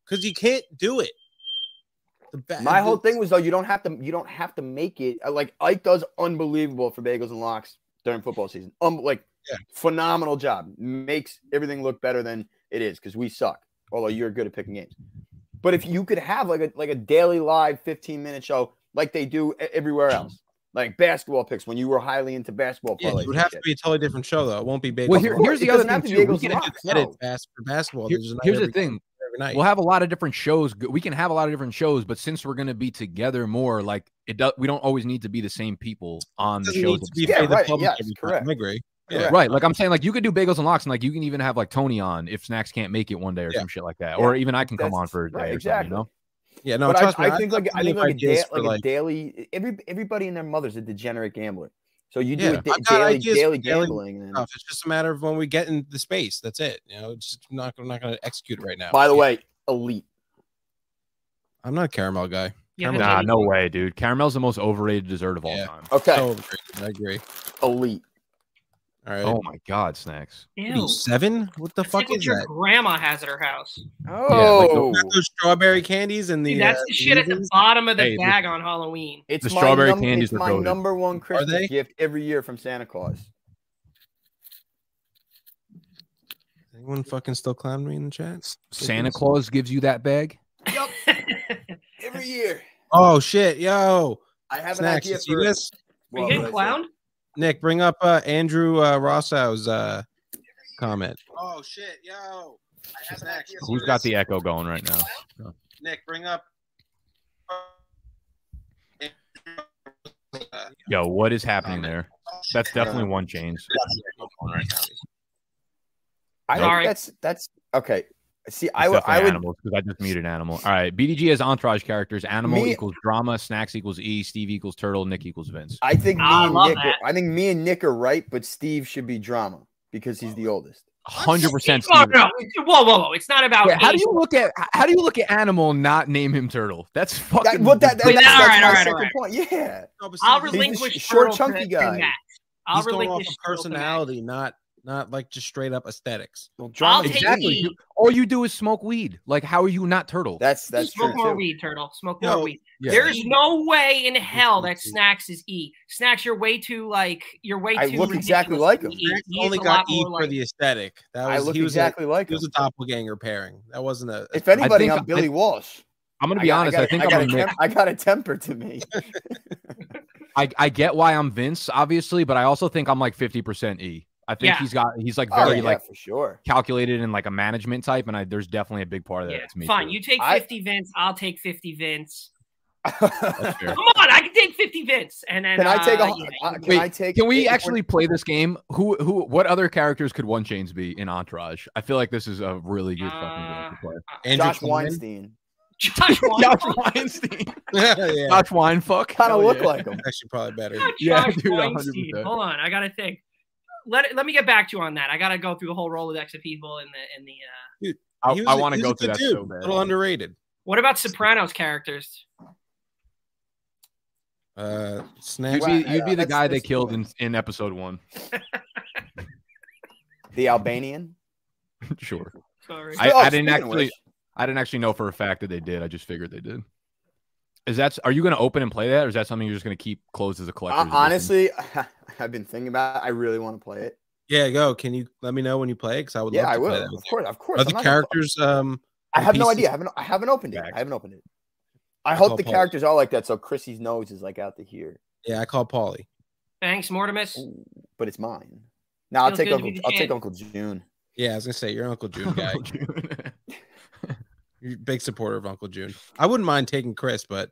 because you can't do it. The ba- My whole the- thing was though you don't have to you don't have to make it uh, like Ike does unbelievable for bagels and locks during football season. Um, like Yeah. phenomenal job makes everything look better than it is because we suck. Although you're good at picking games, but if you could have like a like a daily live 15 minute show like they do e- everywhere else, like basketball picks when you were highly into basketball Yeah, parlays it would and have to shit. be a totally different show though. It won't be big. Well, here- Of course, here's the it other doesn't have thing, to too. be We bagels can and have locks, edit no. fast for basketball. Here- There's not here's the every- thing. every night. we'll have a lot of different shows we can have a lot of different shows but since we're going to be together more like it does we don't always need to be the same people on the Doesn't shows need to Yeah, be at the same- for the right, public yes, every time. correct. I agree. Correct. Yeah. right like i'm saying like you could do bagels and locks and like you can even have like tony on if snacks can't make it one day or Yeah. some shit like that Yeah. or even i can come That's- on for a day right, or exactly. something Yeah, no, but trust I, me. I think like I plenty think of like a, ideas da- for, like a like- daily every everybody and their mother's a degenerate gambler. So you do Yeah, a da- I've got daily ideas daily for daily gambling. And stuff. It's just a matter of when we get in the space. That's it. You know, it's just not I'm not going to execute it right now. by the way, elite. I'm not a caramel guy. Yeah, you know but nah they- no way dude caramel's the most overrated dessert of all Yeah. time Okay, So overrated. I agree. elite. All right. oh my god snacks What are you, Ew. seven? What the That's like fuck what is your that? grandma has at her house. Oh, Not Those strawberry candies and the Dude, that's uh, the shit at the raisins? bottom of the Hey, bag on Halloween. it's The my strawberry num- candies It's are my goaded. number one they? Christmas gift every year from Santa Claus. Anyone fucking still clowning me in the chat? santa claus gives you that bag Every year, Oh shit, yo! I have Snacks, an you idea see for this? we Well, hit what I clown? Nick, bring up uh, Andrew uh, Rossow's uh, comment. Oh shit, yo! who's got the echo going right now Nick? Bring up. yo what is happening there that's definitely one change I think Sorry. that's that's okay. See, I I would I would animals because I just muted animal. All right, BDG has entourage characters. Animal Me- equals drama. Snacks equals E. Steve equals turtle. Nick equals Vince. I think me Ah, I and love Nick are, that. I think me and Nick are right, but Steve should be drama because he's the oldest. Hundred percent. Oh, no. Whoa, whoa, whoa. It's not about. Wait, how do age. you look at how do you look at animal not name him turtle? That's fucking. That, well, that, that, Wait, that's, all right, that's my all right, all second point. Yeah. I'll he's the relinquish short, turtle chunky to- to guy. Max. I'll He's going off relinquish of turtle to Max. personality, not not like just straight up aesthetics. Well, drama. I'll take exactly. E. You- all you do is smoke weed. Like, how are you not turtle? That's that's Smoke true. more too. weed, turtle. Smoke Yo, more weed. Yeah. There is no way in hell that snacks is E. Snacks, you're way too like you're way too. I look exactly ridiculous like to be him. E. Max He's only a got lot E more for like- the aesthetic. That I was look he was exactly like a, he him. was a doppelganger pairing. That wasn't a. If a- anybody, think- I'm Billy I- Walsh. I'm gonna be got- honest. I, got- think I I got, am a gonna tem- I got a temper to me. I, I get why I'm Vince, obviously, but I also think I'm like fifty percent E. I think Yeah. he's got he's like Oh, very yeah, like for sure. calculated and like a management type, and I there's definitely a big part of that. Yeah, that's me fine. too. You take I- fifty Vince. I'll take fifty Vince. That's fair. Come on, I can take fifty Vince. And then Can I take a? uh, yeah, uh, Can Wait, I take? Can we if we're- actually play this game? Who who what other characters could one chains be in Entourage? I feel like this is a really good fucking game to play. Andrew Josh Klein? Weinstein Josh Josh Weinstein. Weinstein. yeah, Josh Weinfuck. kind Hell of look yeah. like him? actually probably better. Yeah, yeah, dude, 100%. Hold on, I gotta think. Let let me get back to you on that. I gotta go through a whole rolodex of people in the in the. Uh... He I, was I a- want to he go was through a that good so dude, bad. Little underrated. What about Sopranos characters? Uh, You'd snacks. be, Wow, you'd be the that's- guy they that's killed cool. in, in episode one. The Albanian. sure. Sorry. I- Oh, didn't speaking of actually- which, I didn't actually know for a fact that they did. I just figured they did. Is that are you going to open and play that, or is that something you're just going to keep closed as a collector? Uh, honestly, I've been thinking about. it. I really want to play it. Yeah, go. Can you let me know when you play? Because I would. yeah, love to I will. Play that. Of course, of course. Are I'm the not gonna- characters? Um, I the have no pieces- idea. I haven't. I haven't opened it. Back. I haven't opened it. I call hope the Paul. characters are like that, so Chrissy's nose is like out to here, Yeah, I call Paulie. Thanks, Mortimus. Ooh, but it's mine. Now I'll Feels take good to be Uncle. the I'll take champ. Uncle June. Yeah, I was gonna say you're an Uncle June guy. you're a big supporter of Uncle June. I wouldn't mind taking Chris, but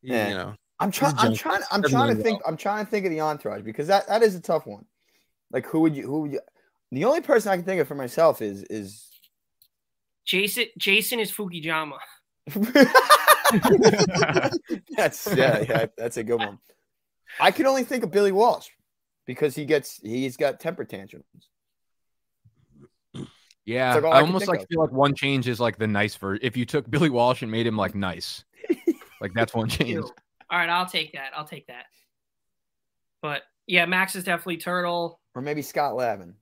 you, Yeah. you know, I'm trying. He's I'm a junkie. trying. I'm Doesn't trying know to think. I'm trying to think of the entourage because that that is a tough one. Like who would you? Who would you? The only person I can think of for myself is is. Jason Jason is Fukijama. that's yeah, yeah. That's a good one. I can only think of Billy Walsh because he gets he's got temper tantrums. yeah, It's like all I I can almost think like of. feel like one change is like the nice version. If you took Billy Walsh and made him like nice, like that's one change. Ew. All right, I'll take that. I'll take that. But yeah, Max is definitely turtle. Or maybe Scott Lavin.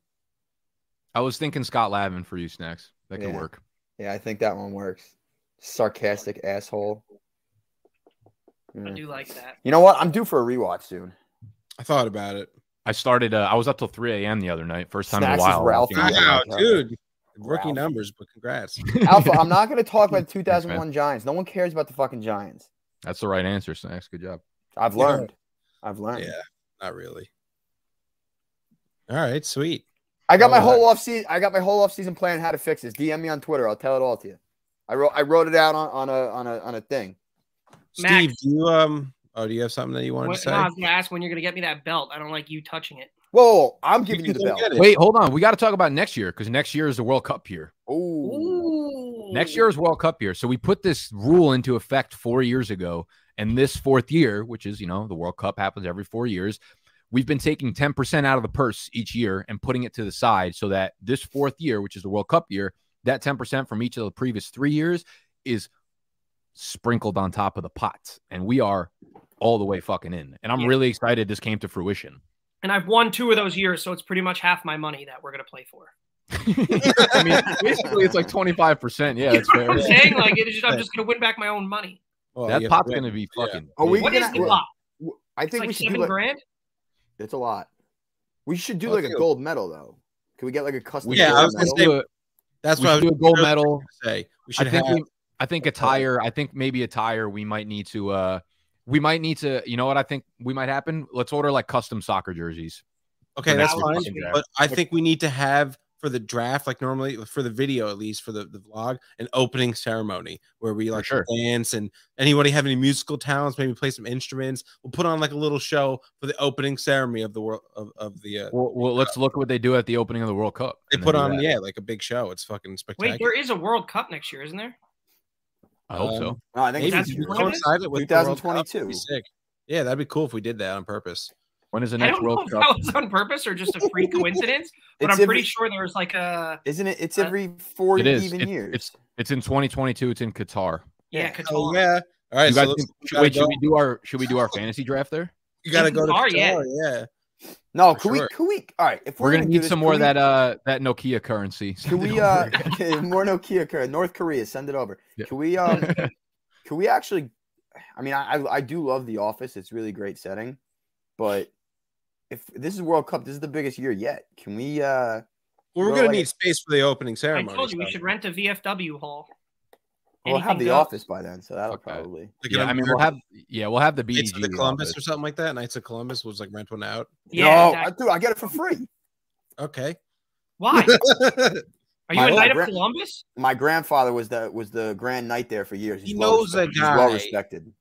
I was thinking Scott Lavin for you, snacks. That could Yeah. work. Yeah, I think that one works. Sarcastic asshole. I Mm. do like that. You know what? I'm due for a rewatch soon. I thought about it. I started. Uh, I was up till 3 a.m. the other night. First time in a Snacks is while. Ralph. watching- Wow, Yeah. dude, rookie Wow. numbers, but congrats. Alpha, I'm not going to talk about the 2001 Giants. No one cares about the fucking Giants. That's the right answer, snacks. Good job. I've Yeah. learned. I've learned. Yeah, not really. All right, sweet. I got my All right. whole off season. I got my whole off season plan how to fix this. DM me on Twitter. I'll tell it all to you. I wrote. I wrote it out on, on a on a on a thing. Steve, Max. do you um? Oh, do you have something that you wanted What, to say? no, I was gonna ask when you're gonna get me that belt. I don't like you touching it. Whoa, whoa, whoa, I'm You giving you, can the go bell. get it. Wait, hold on. We got to talk about next year because next year is the World Cup year. Ooh. Ooh. Next year is World Cup year. So we put this rule into effect four years ago. And this fourth year, which is, you know, the World Cup happens every four years, we've been taking 10% out of the purse each year and putting it to the side so that this fourth year, which is the World Cup year, that 10% from each of the previous three years is sprinkled on top of the pot. And we are all the way fucking in. And I'm Yeah. really excited this came to fruition. and I've won two of those years, so it's pretty much half my money that we're gonna play for. I mean, basically, it's like 25%. Yeah, that's fair. I'm saying like it's just, I'm just gonna win back my own money. Well, that Oh, you have to pot's win. going to be Yeah. fucking. Are we big. What gonna- is the well, pot? W- I It's think we like should do seven like, grand. It's a lot. We should do Well, like a that's good. gold medal though. Can we get like a custom? Yeah, gold I was gonna medal? say- do a- That's we what I should was do a gold medal. gonna say. We should I think have. we, I think a tire. I think maybe a tire. We might need to. uh We might need to. You know what? I think we might happen. Let's order like custom soccer jerseys. okay, for that's next that year's was fine. fucking fine, draft. But I think we need to have for the draft, like normally for the video, at least for the, the vlog, an opening ceremony where we like sure. dance and anybody have any musical talents, maybe play some instruments. We'll put on like a little show for the opening ceremony of the world of, of the. Uh, Well, well, let's look at what they do at the opening of the World Cup. they and put then do on that. yeah, like a big show. It's fucking Wait, spectacular. there is a World Cup next year, isn't there? I hope so. Um, No, I think Maybe it's that's we easier. could what it is? coincide it with the World Cup. That'd be 2022. sick. Yeah, that'd be cool if we did that on purpose. When is the I next don't know World if Cup? that was on purpose or just a free coincidence, but It's I'm pretty every- sure there was like a Isn't it? It's Uh, every four It is. even It- years. it's- It's in 2022. It's in Qatar. yeah, Yeah. Qatar. Oh yeah. All right. you so guys, let's- think- we should- gotta wait, go- should we do our should we do our fantasy draft there? you gotta go to Qatar, Qatar, yeah. yeah. no, can for sure. we? Can we? All right, if We're, we're, gonna, do need this, some can more we- of that uh that Nokia currency. Can we? Uh, more Nokia. Korea, North Korea. Send it over. Yeah. Can we? Um, can we actually? I mean, I I- I do love the office. It's really great setting, but if this is World Cup, this is the biggest year yet. Can we? uh Well, we're Well, gonna like- need space for the opening I ceremony. told you we so- should rent a VFW hall. We'll have Anything the goes. office by then, so that'll Fuck that. probably. Like yeah, an I mean, we'll American have yeah, we'll have the Knights of BEG the on Columbus this. or something like that. Knights of Columbus was like rent one out. Yeah, no, I, exactly. dude, I get it for free. Okay. why? Are you My a knight of grand- Columbus? My grandfather was the was the grand knight there for years. He knows well respected. that He's well guy. respected.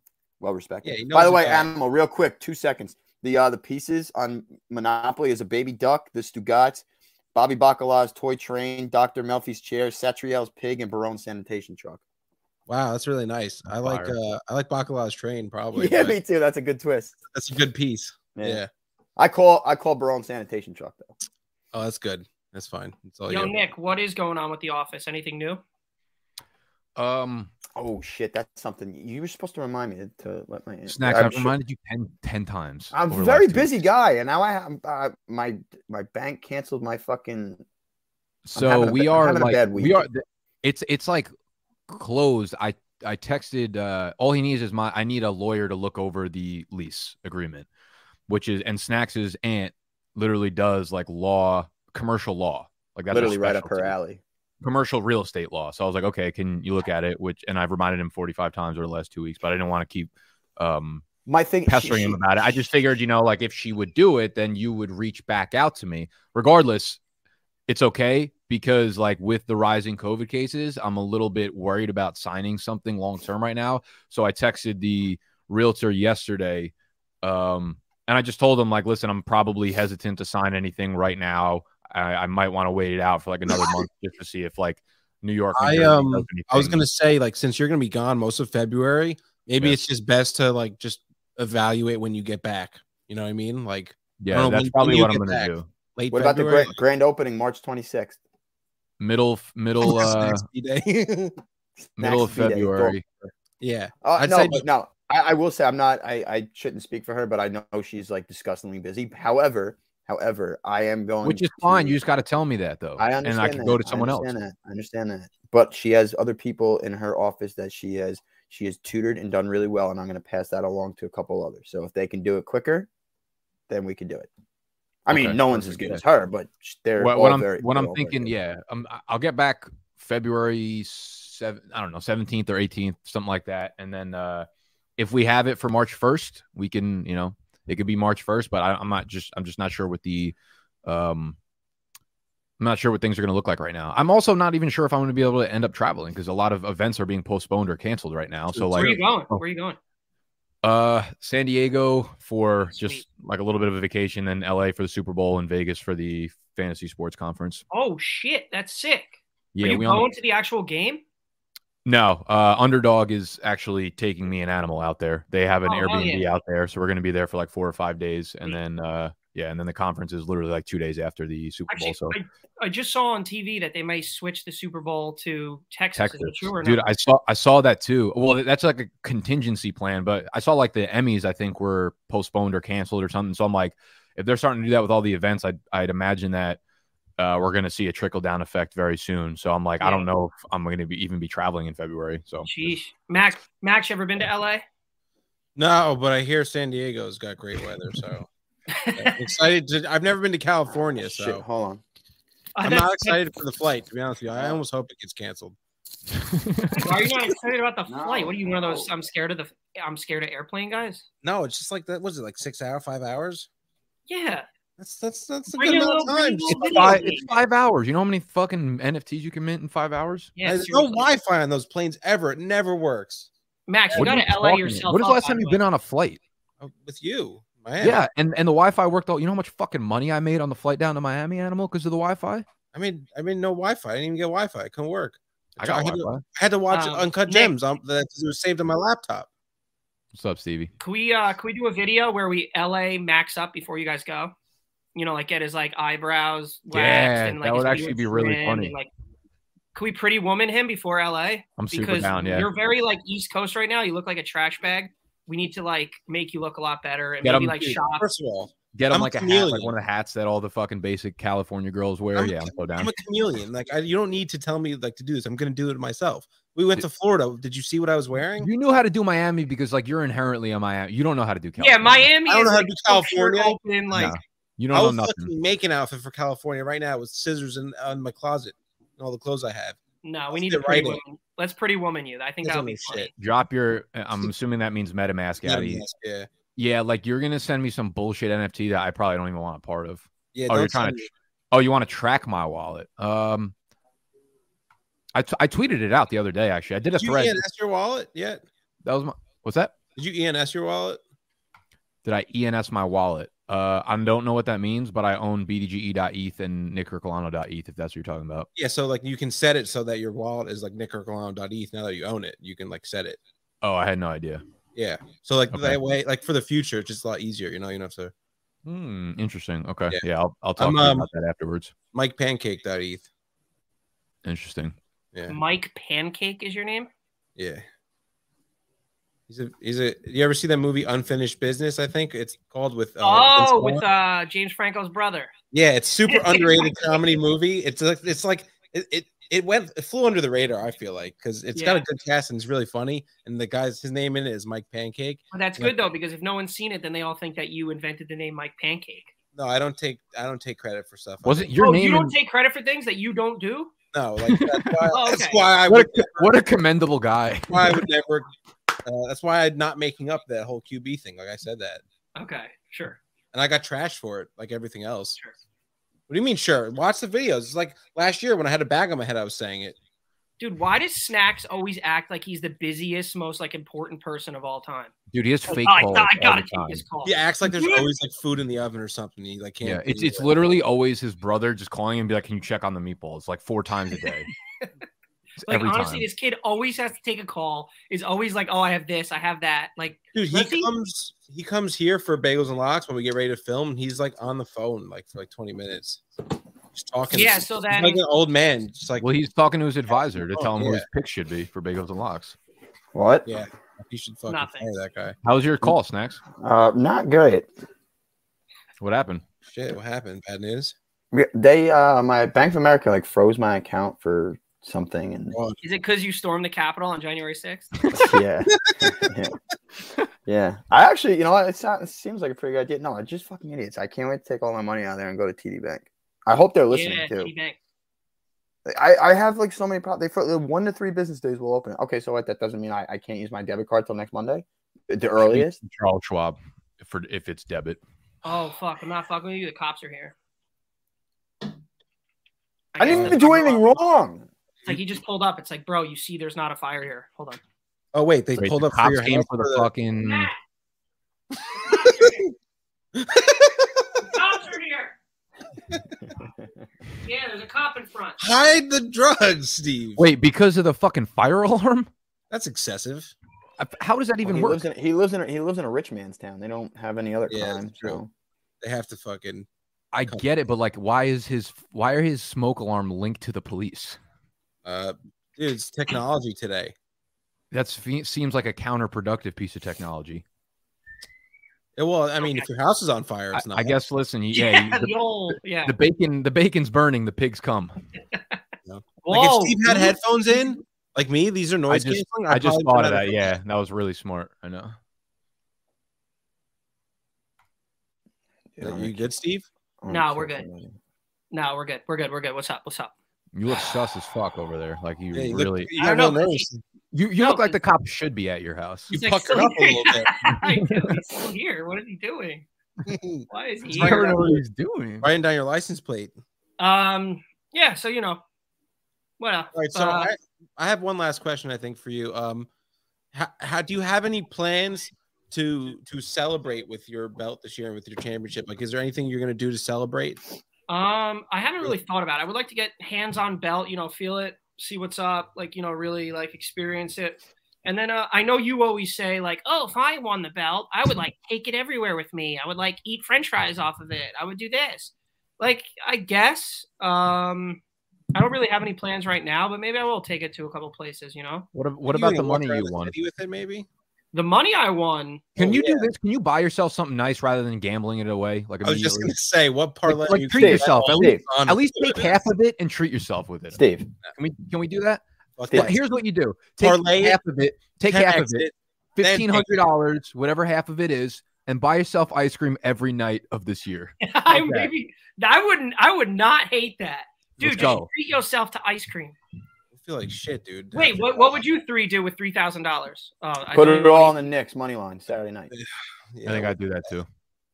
Well respected. Yeah, he By knows the the way, guy. animal, real quick, two seconds. The uh the pieces on Monopoly is a baby duck, the Stugatz, Bobby Bacala's toy train, Dr. Melfi's chair, Satriel's pig, and Barone's sanitation truck. wow, that's really nice. I like Fire. uh I like Bacala's train probably. yeah, but me too. That's a good twist. that's a good piece. Oh Yeah. Yeah. I call I call Barone's sanitation truck though. Oh, that's good. That's fine. That's all Yo, you. Nick, what is going on with the office? Anything new? Um, Oh shit, that's something you were supposed to remind me to let my snacks. I'm I've sure- reminded you 10, 10 times. I'm over the very last two busy weeks. guy, and now I have uh, my my bank canceled my fucking. So having a we ba- I'm are having a like bad we week. are. th- It's it's like closed. I I texted uh, all he needs is my I need a lawyer to look over the lease agreement, which is and Snacks's aunt literally does like law commercial law like that's her Literally right up her specialty alley. commercial real estate law. So I was like, okay, can you look at it? Which and I've reminded him 45 times over the last two weeks, but I didn't want to keep um My thing. she- pestering him she- about it. I just figured, you know, like if she would do it, then you would reach back out to me. Regardless, it's okay because like with the rising COVID cases, I'm a little bit worried about signing something long term right now. So I texted the realtor yesterday. Um and I just told him like, listen, I'm probably hesitant to sign anything right now. I, I might want to wait it out for like another month just to see if like New York. New I, Jersey um, does I was anything. gonna say, like, since you're gonna be gone most of February, maybe Yeah. it's just best to like just evaluate when you get back. You know what I mean? Like yeah, don't know, that's when- when probably you what I'm get gonna back. do. late What about the February. grand, grand opening, March 26th? Middle middle like, uh next few day. middle of Snacks's B-Day, throw- February. yeah, Uh, I'd no, say- but no. I, I will say I'm not. I, I shouldn't speak for her, but I know she's like disgustingly busy. However, however, I am going, which is fine. to- You just got to tell me that though, I understand and I can that. go to someone I else. understand That. I understand that, but she has other people in her office that she has she has tutored and done really well, and I'm going to pass that along to a couple others. So if they can do it quicker, then we can do it. I mean, Okay, no one's as perfect, good yeah. as her, but sh- they're What, all what I'm very. what they're I'm all very thinking, good. yeah, um, I- I'll get back February seven. I don't know, seventeenth or eighteenth, something like that. And then uh, if we have it for March first, we can, you know, it could be March first. But I, I'm not just I'm just not sure what the um. I'm not sure what things are going to look like right now. I'm also not even sure if I'm going to be able to end up traveling because a lot of events are being postponed or canceled right now. So, True, Where like, are you going? Oh. Where are you going? Uh, San Diego for Sweet. just like a little bit of a vacation, then LA for the Super Bowl, and Vegas for the fantasy sports conference. Oh shit, that's sick. Yeah, are you we going on, to the actual game? no uh, underdog is actually taking me an animal out there. They have an Oh, hell Airbnb out there, so we're gonna be there for like four or five days, and Sweet. then uh, yeah, and then the conference is literally like two days after the Super Actually, Bowl. So I, I just saw on TV that they might switch the Super Bowl to Texas. Texas, Is it true or dude, not? I saw I saw that too. Well, th- that's like a contingency plan, but I saw like the Emmys, I think, were postponed or canceled or something. So I'm like, if they're starting to do that with all the events, I'd I'd imagine that uh, we're gonna see a trickle down effect very soon. So I'm like, I Yeah. don't know if I'm gonna be even be traveling in February. So Sheesh. Max, Max, you ever been to LA? no, but I hear San Diego's got great weather, so yeah. I'm excited. To, I've never been to California, Shit, so hold on. I'm not excited for the flight. To be honest with you, I almost hope it gets canceled. Why are you not excited about the No, flight? What are you one of those? no. I'm scared of the. I'm scared of airplane guys. No, it's just like that. Was it like six hour, five hours? Yeah, That's that's that's a Bring good your amount little- of time. bring your Just little fly- video. it's five hours. You know how many fucking NFTs you can mint in five hours? yeah. There's no seriously. Wi-Fi on those planes ever. It never works Max, you What are got you to LA talking- yourself. What is the up, last by time the you've way. been on a flight? Oh, with you, Miami. Yeah, and and the Wi-Fi worked all. You know how much fucking money I made on the flight down to Miami, animal, because of the Wi-Fi. I mean, I mean, no Wi-Fi. I didn't even get Wi-Fi. It couldn't work. I got I had to- Wi-Fi. I had to watch Um, Uncut Nick- Gems on that it was saved on my laptop. What's up, Stevie? Can we uh can we do a video where we LA max up before you guys go? You know, like get his like eyebrows waxed Yeah, and like that his would beard actually be really trimmed funny. and, like, can we pretty woman him before LA? I'm super Because down. Yeah, you're very like East Coast right now. You look like a trash bag. We need to like make you look a lot better and Get maybe him like Dude, shop. First of all, Get him I'm a like a hat, like chameleon. one of the hats that all the fucking basic California girls wear. I'm a yeah, I'm so down. I'm a chameleon. Like, I, you don't need to tell me like to do this. I'm gonna do it myself. We went to Florida. Did you see what I was wearing? you knew how to do Miami because like you're inherently a Miami. You don't know how to do California. Yeah, Miami. I don't is, know how to like, do so pure California. Open, like No. You I was don't know nothing. fucking making outfit for California right now with scissors in, on my closet and all the clothes I have. no, Let's we need get to pretty right in. woman. Let's pretty woman you. I think This that would only be funny. shit. Drop your. uh, I'm assuming that means MetaMask, Not a Addy. mess, Yeah, Yeah, like you're gonna send me some bullshit NFT that I probably don't even want a part of. yeah. oh, you're don't tell trying to. me. Oh, you want to track my wallet? Um, I t- I tweeted it out the other day. Actually, I did a Did you thread. ENS your wallet yet? That was my. What's that? Did you ENS your wallet? Did I ENS my wallet? Uh, I don't know what that means, but I own BDGE.ETH E and NickRicolano.ETH E if that's what you're talking about. Yeah, so like you can set it so that your wallet is like nickercolon.eth. Now that you own it, you can like set it. Oh, I had no idea. Yeah. So like Okay. that way, like for the future, it's just a lot easier. You know, you don't have to Hmm, interesting. Okay. Yeah. Yeah, I'll, I'll talk I'm, to you um, about that afterwards. Mike Pancake.eth. Interesting. Yeah. Mm. Mike Pancake is your name. Yeah. He's a he's a you ever see that movie Unfinished Business? I think it's called with uh, Vince oh, Vaughn? with uh James Franco's brother. yeah, it's super underrated comedy movie. It's like it's like it, it it went it flew under the radar. I feel like because it's got a Yeah. good cast and it's really funny. And the guy's his name in it is Mike Pancake. Well, that's Yeah. good though, because if no one's seen it, then they all think that you invented the name Mike Pancake. No, I don't take I don't take credit for stuff. I Was don't- it your oh, name? you don't in- take credit for things that you don't do. No, like that's why, Oh, that's okay. why I what, would, a, what a commendable guy. why I would never. Uh, that's why I'm not making up that whole QB thing. Like I said that, Okay, sure. and I got trashed for it, like everything else. Sure. What do you mean? Sure, watch the videos. It's like last year when I had a bag on my head, I was saying it. Dude, why does Snacks always act like he's the busiest, most like important person of all time? Dude, he has Like, fake "Oh, I, calls got- I all gotta the take time. this call. He acts like there's Yeah. always like food in the oven or something. He like can't. Yeah, it's do it's it. literally always his brother just calling him and be like, "Can you check on the meatballs?" Like four times a day. It's Like every honestly, time. this kid always has to take a call. Is always like, oh, I have this, I have that. Like, dude. He Does he- comes he comes here for bagels and locks when we get ready to film. And he's like on the phone like for like 20 minutes, just talking. yeah. So He's then, like an old man, just like Well, he's talking to his advisor to Oh, tell him who yeah. his pick should be for bagels and locks. What? yeah. You should fucking Nothing. fire that guy. How's your call, snacks? Uh, not good. What happened? Shit, what happened? Bad news. They, uh, my Bank of America, like froze my account for something, and Oh, is it because you stormed the Capitol on January sixth? yeah. yeah, yeah. I actually, you know, what, it's not, it seems like a pretty good idea. No, they're just fucking idiots. I can't wait to take all my money out of there and go to TD Bank. I hope they're listening yeah, too. T-Bank. I, I have like so many problems. They fro- one to three business days will open. it. Okay, so what? That doesn't mean I, I can't use my debit card till next Monday, the earliest. Charles Schwab for if it's debit. Oh fuck! I'm not fucking with you. The cops are here. I guess didn't even that's do not anything wrong. wrong. It's like he just pulled up. It's like, bro, you see, there's not a fire here. Hold on. oh wait, they Wait, pulled the up for cops your came house for the fucking. cops are here. Yeah, there's a cop in front. Hide the drugs, Steve. Wait, because of the fucking fire alarm? That's excessive. I- How does Oh, that even he, work? lives in, he lives in a, he lives in a rich man's town. They don't have any other Yeah, crime. that's true. so- They have to fucking I Come get it, but like, why is his why are his smoke alarm linked to the police? uh dude, it's technology today. That seems like a counterproductive piece of technology. Yeah, well, I mean, if your house is on fire, I, it's not. I guess. Listen, you- yeah, Yeah, you- the, the old yeah. the bacon, the bacon's burning. The pigs come. like Whoa, if Steve had dude. headphones in, like me, these are noise just- canceling. I just probably thought would of have- that. Yeah, that was really smart. I know. Yeah, you good, Steve? No, we're good. No, we're good. We're good. We're good. What's up? What's up? You look sus as fuck over there. Like you Yeah, you look- really, you I got don't know. real nervous. you, you No, look like the cops should be at your house. You He's like, puckered still up a here. little bit. I do. He's still here. What is he doing? Why is he He's right here? around- what he's doing. Writing down your license plate. Um. Yeah. So you know. What else? All right, so Uh, I, I have one last question I think for you. Um, how, how do you have any plans to to celebrate with your belt this year and with your championship? Like, is there anything you're gonna do to celebrate? Um, I haven't really thought about it. I would like to get hands on belt, you know, feel it, see what's up, like, you know, really like experience it. And then uh, I know you always say, like, oh, if I won the belt, I would like take it everywhere with me. I would like eat french fries off of it. I would do this. Like, I guess. Um, I don't really have any plans right now, but maybe I will take it to a couple places, you know. What, ab- what Are you about the gonna walk money around you the won? city with it, maybe. The money I won, Can Oh, you yeah. do this? Can you buy yourself something nice rather than gambling it away? Like I was just immediately? gonna say, what parlay? like, you treat can- yourself. At Oh, least, on at least it. take half of it and treat yourself with it. Steve, Can we can we do that? Fuck Yeah, that. Here's what you do: take Parlay it, half of it, take half of 10x it, then take fifteen hundred dollars, whatever half of it is, and buy yourself ice cream every night of this year. I Okay. maybe I wouldn't, I would not hate that, dude. just Let's go. treat yourself to ice cream. I feel like shit, dude. Wait, what, what would you three do with three thousand dollars? Oh, put it all on the Knicks money line Saturday night. I think Yeah, I'd do that too.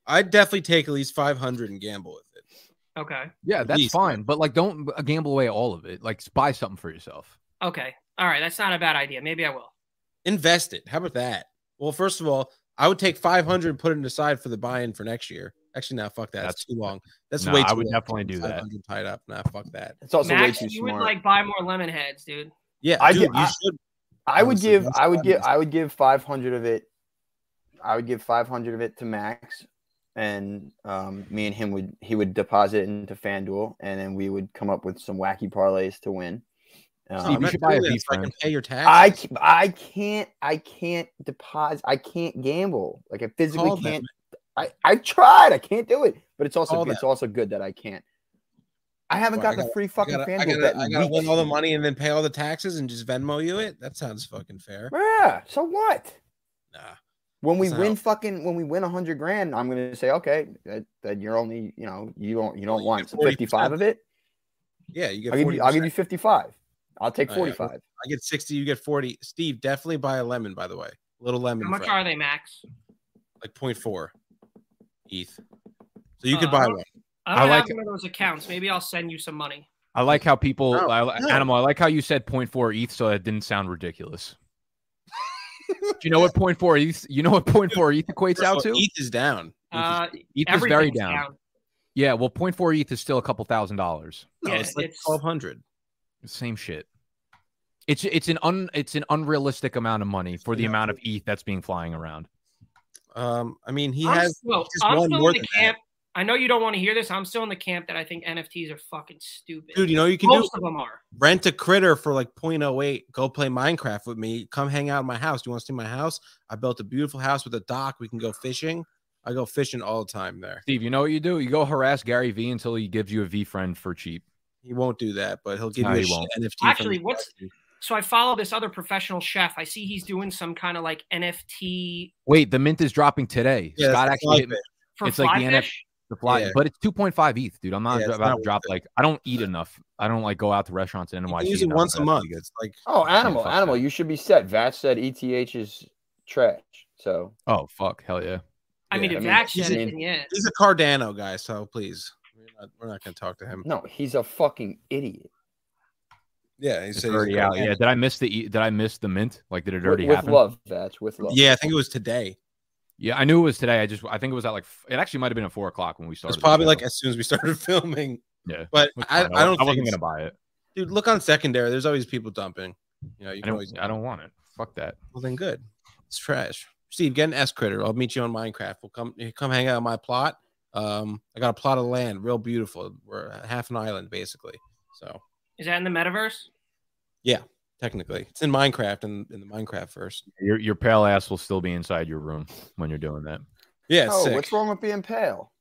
I'd definitely take at least five hundred and gamble with it. Okay. Yeah, At that's least. fine, but like, don't uh, gamble away all of it. Like, buy something for yourself. Okay. All right. That's not a bad idea. Maybe I will. Invest it. How about that? Well, first of all, I would take 500 and put it aside for the buy-in for next year. Actually, no, fuck that. That's, That's- too long. That's Nah, way too I would long. definitely do that. 500 tied up. Nah, fuck that. It's also Max, way you too smart. would like buy more lemon heads, dude. Yeah, I dude, get- you I- should. I would honestly, give, that's I would give, fabulous. I would give five hundred of it. I would give five hundred of it to Max, and um, me and him would he would deposit it into FanDuel, and then we would come up with some wacky parlays to win. No, Steve, I'm you Um, not should buy a doing that beef so I can ranch. pay your taxes. I c- I can't I can't deposit I can't gamble like I physically Call them. can't. I I tried I can't do it, but it's also Call it's also good that I can't. I haven't Well, I gotten a gotta- free I fucking gotta, FanDuel I, bet. gotta, in I gotta win weeks. all the money and then pay all the taxes and just Venmo you it. That sounds fucking fair. Yeah. So what? Nah, When we So- win fucking when we win a hundred grand, I'm gonna say okay, that, that you're only you know you don't you Well, don't you want get 40%. fifty five of it. yeah, you I'll get give forty. you I'll give you fifty five. I'll take All right, forty yeah. five. I get sixty. You get forty. Steve, definitely buy a lemon. By the way, little lemon, How much fry, are they, Max? like 0.4 ETH. So you could Uh, buy one. I I don't like have one of those accounts. Maybe I'll send you some money. I like how people, No, I, no. animal. I like how you said 0.4 ETH, so that didn't sound ridiculous. Do you know what 0.4 ETH? You know what 0.4 ETH equates First of all, out to? ETH ETH is down. ETH is- Uh, is, very everything's down. Yeah, well, 0.4 ETH is still a couple thousand dollars. no, yeah, it's like it's- twelve hundred. Same shit. It's it's an un it's an unrealistic amount of money for the Yeah. amount of ETH that's being flying around. Um, I mean, he I'm, has. well, just I'm one still more in the than that. camp. I know you don't want to hear this. I'm still in the camp that I think NFTs are fucking stupid. Dude, you know what you can do Most of them are. rent a critter for like 0.08 go play minecraft with me come hang out in my house do you want to see my house i built a beautiful house with a dock we can go fishing i go fishing all the time there Steve, you know what you do? You go harass Gary V until he gives you a V friend for cheap. he won't do that but he'll give No, you a he shit won't. nft Actually, from- what's- So I follow this other professional chef. I see he's doing some kind of like NFT Wait, the mint is dropping today. Yeah, that's Scott the actually hit fly me for It's fly like the NF fish. the fly, Yeah. but it's 2.5 ETH, E dude. I'm not Yeah, it's about not to worth drop it. like I don't eat enough. I don't like go out to restaurants in You NYC. can use it and all once a that. month it's like Oh, animal, fuck animal, that. you should be set. Vash said ETH is trash. So Oh fuck, hell yeah. I mean, if Yeah, I mean, that's he's anything, yeah. he's a cardano guy so please we're not, we're not gonna talk to him no, he's a fucking idiot. yeah he It's said he's a already out. Cardano. Yeah, did I miss the E- did I miss the mint? Like did it With, already with happen? love, Vash, with love. yeah i think it was today Yeah, I knew it was today. I just I think it was at like f- it actually might have been at four o'clock when we it started. was the probably show. like as soon as we started filming Yeah. but That's i, I don't fine. wa- I think wasn't it's- gonna buy it. dude look on secondary there's always people dumping you know you I can always don't I don't want it. Fuck that. Well, then good. It's trash. Steve, get an S critter. I'll meet you on Minecraft. We'll come come hang out on my plot. Um, I got a plot of land, real beautiful. We're half an island basically. So Is that in the metaverse? technically, it's in Minecraft and in the Minecraft first. Your your pale ass will still be inside your room when you're doing that. Yeah, it's Oh, sick. what's wrong with being pale?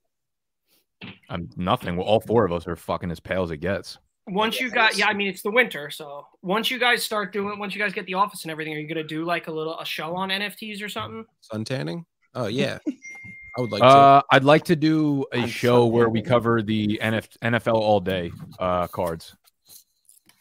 I'm nothing. Well, all four of us are fucking as pale as it gets. Once you Yeah, got, it's- yeah, I mean, it's the winter, so once you guys start doing, once you guys get the office and everything, are you gonna do like a little a show on NFTs or something? Sun tanning? Oh yeah, I would like Uh, I'd like to do a I'm show so where we damn- cover the NF- NFL all day uh, cards,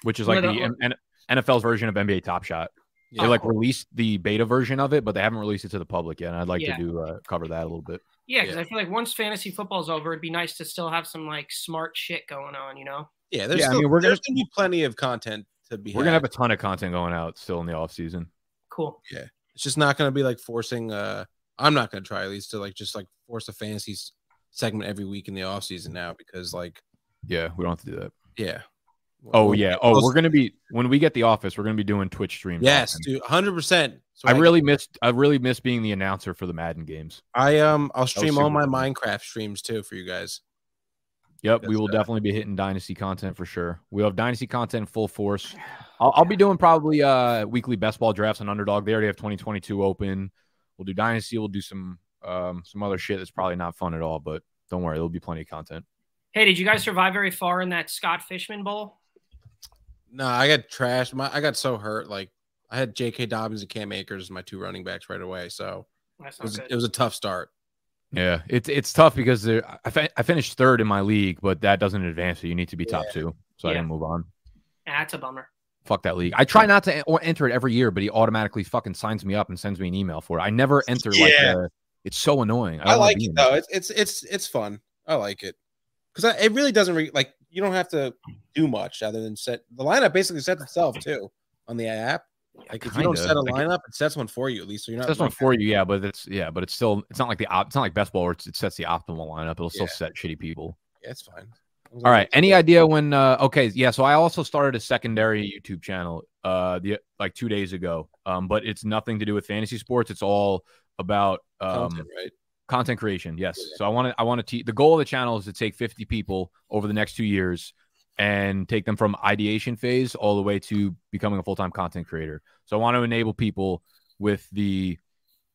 which is like What the about- N- NFL's version of NBA Top Shot. Yeah. They like released the beta version of it, but they haven't released it to the public yet. And I'd like Yeah. to do uh, cover that a little bit. Yeah, because Yeah. I feel like once fantasy football's over, it'd be nice to still have some like smart shit going on, you know? to. Yeah, there's yeah, I still, mean, we're there's gonna be plenty of content to be. We're gonna had. have a ton of content going out still in the off season. Cool. it's just not gonna be like forcing. Uh, I'm not gonna try at least to like just like force a fantasy s- segment every week in the off season now because like Yeah, we don't have to do that. yeah. Oh We'll- yeah. Oh, we'll- we're gonna be when we get the office. We're gonna be doing Twitch streams. Yes, often. dude, hundred percent. I really missed. I really miss being the announcer for the Madden games. I um, I'll stream all my super fun. Minecraft streams too for you guys. Yep, we Yes, will uh, definitely be hitting dynasty content for sure. We'll have dynasty content in full force. I'll, I'll be doing probably uh weekly best ball drafts and underdog. They already have 2022 open. We'll do dynasty. We'll do some um some other shit that's probably not fun at all, but don't worry, there'll be plenty of content. Hey, did you guys survive very far in that Scott Fishman Bowl? No, I got trashed. My I got so hurt. Like I had J.K. Dobbins and Cam Akers as my two running backs right away. So That's it not was Oh, good. it was a tough start. Yeah, it's it's tough because there, I, fin- I finished third in my league, but that doesn't advance. So you need to be top two. So I Yeah. didn't move on. Nah, Ah, That's a bummer. Fuck that league. I try not to en- or enter it every year, but he automatically fucking signs me up and sends me an email for it. I never enter like Yeah. the, it's so annoying. I, don't wanna like be it in though. It's it's it's it's fun. I like it because it really doesn't re- like you don't have to do much other than set the lineup. Basically sets itself too on the app. Like if you don't kinda. set a Like, it- lineup, it sets one for you at least. So you're not That's one like- for you, yeah, but it's yeah, but it's still it's not like the op, it's not like best ball where it's, it sets the optimal lineup. It'll still Yeah. set shitty people. Yeah, it's fine. All right. Any idea when? uh Okay, yeah. So I also started a secondary YouTube channel, uh, the like two days ago. Um, but it's nothing to do with fantasy sports. It's all about um Content, right? content creation yes Yeah. so i want to i want to teach the goal of the channel is to take 50 people over the next two years and take them from ideation phase all the way to becoming a full-time content creator so i want to enable people with the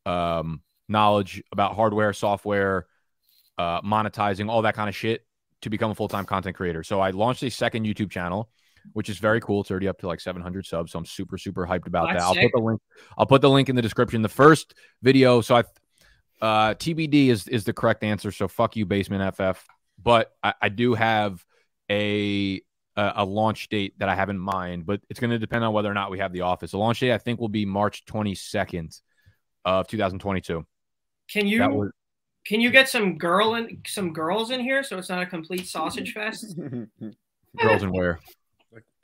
um, knowledge about hardware software uh, monetizing all that kind of shit to become a full time content creator. So I launched a second YouTube channel, which is very cool. It's already up to like 700 subs, so I'm super super hyped about That's that. I'll sick. put the link. I'll put the link in the description. The first video, so I uh, TBD is is the correct answer. So fuck you, Basement FF. But I, I do have a uh, a a launch date that I have in mind, but it's going to depend on whether or not we have the office. The launch date I think will be March 22nd of 2022. Can That you was- can you get some girl and some girls in here so it's not a complete sausage fest? girls and wear.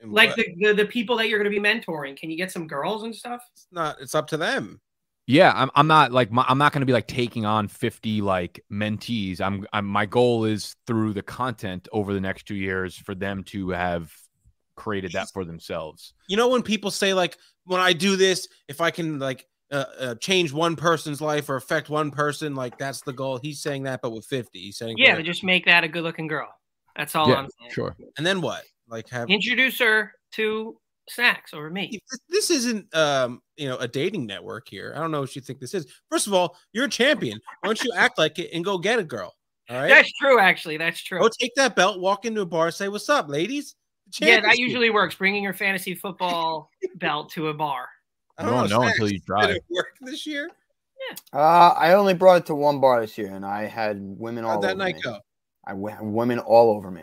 And Like what- the, the the people that you're going to be mentoring, can you get some girls and stuff? it's not. It's up to them. Yeah, I'm I'm not like my, I'm not going to be like taking on 50 like mentees. I'm I'm my goal is through the content over the next 2 years for them to have created that for themselves. You know when people say like, when I do this, if I can like uh, uh, change one person's life or affect one person, like that's the goal. He's saying that, but with fifty, he's saying Yeah, like, just make that a good-looking girl. That's all Yeah, I'm saying. Sure. and then what? Like have Introduce her to snacks or me. This- this isn't um you know a dating network here. I don't know what you think this is. First of all, you're a champion. Why don't you act like it and go get a girl? All right. That's true, actually. That's true. Go take that belt, walk into a bar, say what's up, ladies. yeah, that Champions here. usually works. Bringing your fantasy football belt to a bar. I You don't know until Oh, you Did drive. it work this year? Uh, I only brought it to one bar this year, and I had women all How'd that over night me. go? I w- women all over me.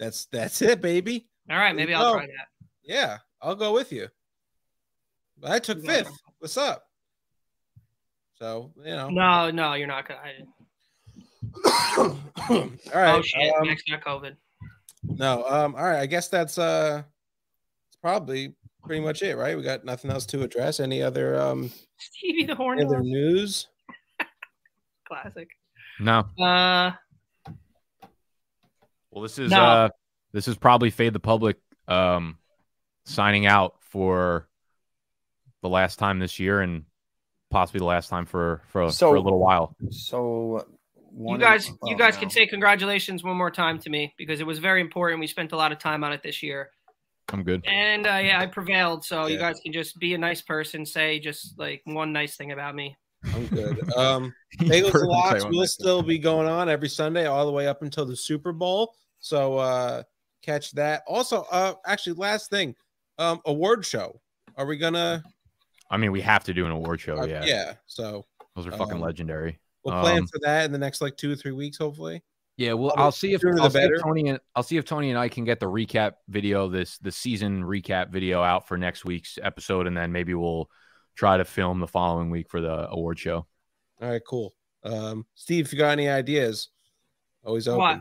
That's that's it, baby. All right, maybe I'll Oh, try that. Yeah, I'll go with you. But I took Yeah. fifth. What's up? So you know. No, no, you're not gonna. I, all right. oh shit! um, Max got COVID. No. Um. All right. I guess that's uh, it's probably pretty much it, right? We got nothing else to address. Any other um Stevie the Horn any other Dog. news? classic. No. Uh, Well, this is No. uh this is probably Fade the Public um signing out for the last time this year and possibly the last time for for, So- for a little while. So you one guys, of- you oh, guys no. can say congratulations one more time to me because it was very important. We spent a lot of time on it this year, I'm good. and uh, yeah, I prevailed. So you Yeah. guys can just be a nice person. Say just like one nice thing about me. I'm good. Um, Bagels and Locks will still be going on every Sunday, all the way up until the Super Bowl. So uh, catch that. Also, uh, actually, last thing, um, award show. Are we gonna? I mean, we have to do an award show, uh, Oh, yeah. yeah. So Those are fucking Um, legendary. we'll plan Um, for that in the next like two or three weeks, hopefully. Yeah, well, Probably I'll see if, sooner the I'll see if better. Tony and I'll see if Tony and I can get the recap video this the season recap video out for next week's episode, and then maybe we'll try to film the following week for the award show. All right, cool. Um, Steve, if you got any ideas, always open What?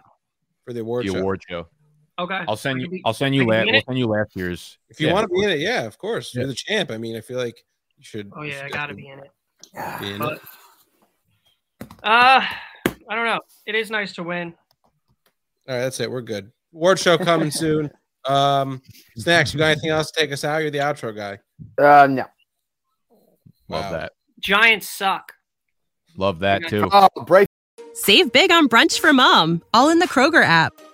for the award the show. award show. Okay. I'll send you. We- I'll send you. we can La- be in we'll it? send you last year's. If you Yeah. want to be in it, yeah, of course. Yeah. You're the champ. I mean, I feel like you should. Oh you yeah, I should gotta definitely be in it. be in But- it. Uh, I don't know. It is nice to win. All right, that's it. We're good. Award show coming soon. Um, snacks. You got anything else to take us out? You're the outro guy. Uh, no. love Wow. that. Giants suck. Love that too. Oh, break. Save big on brunch for mom, all in the Kroger app.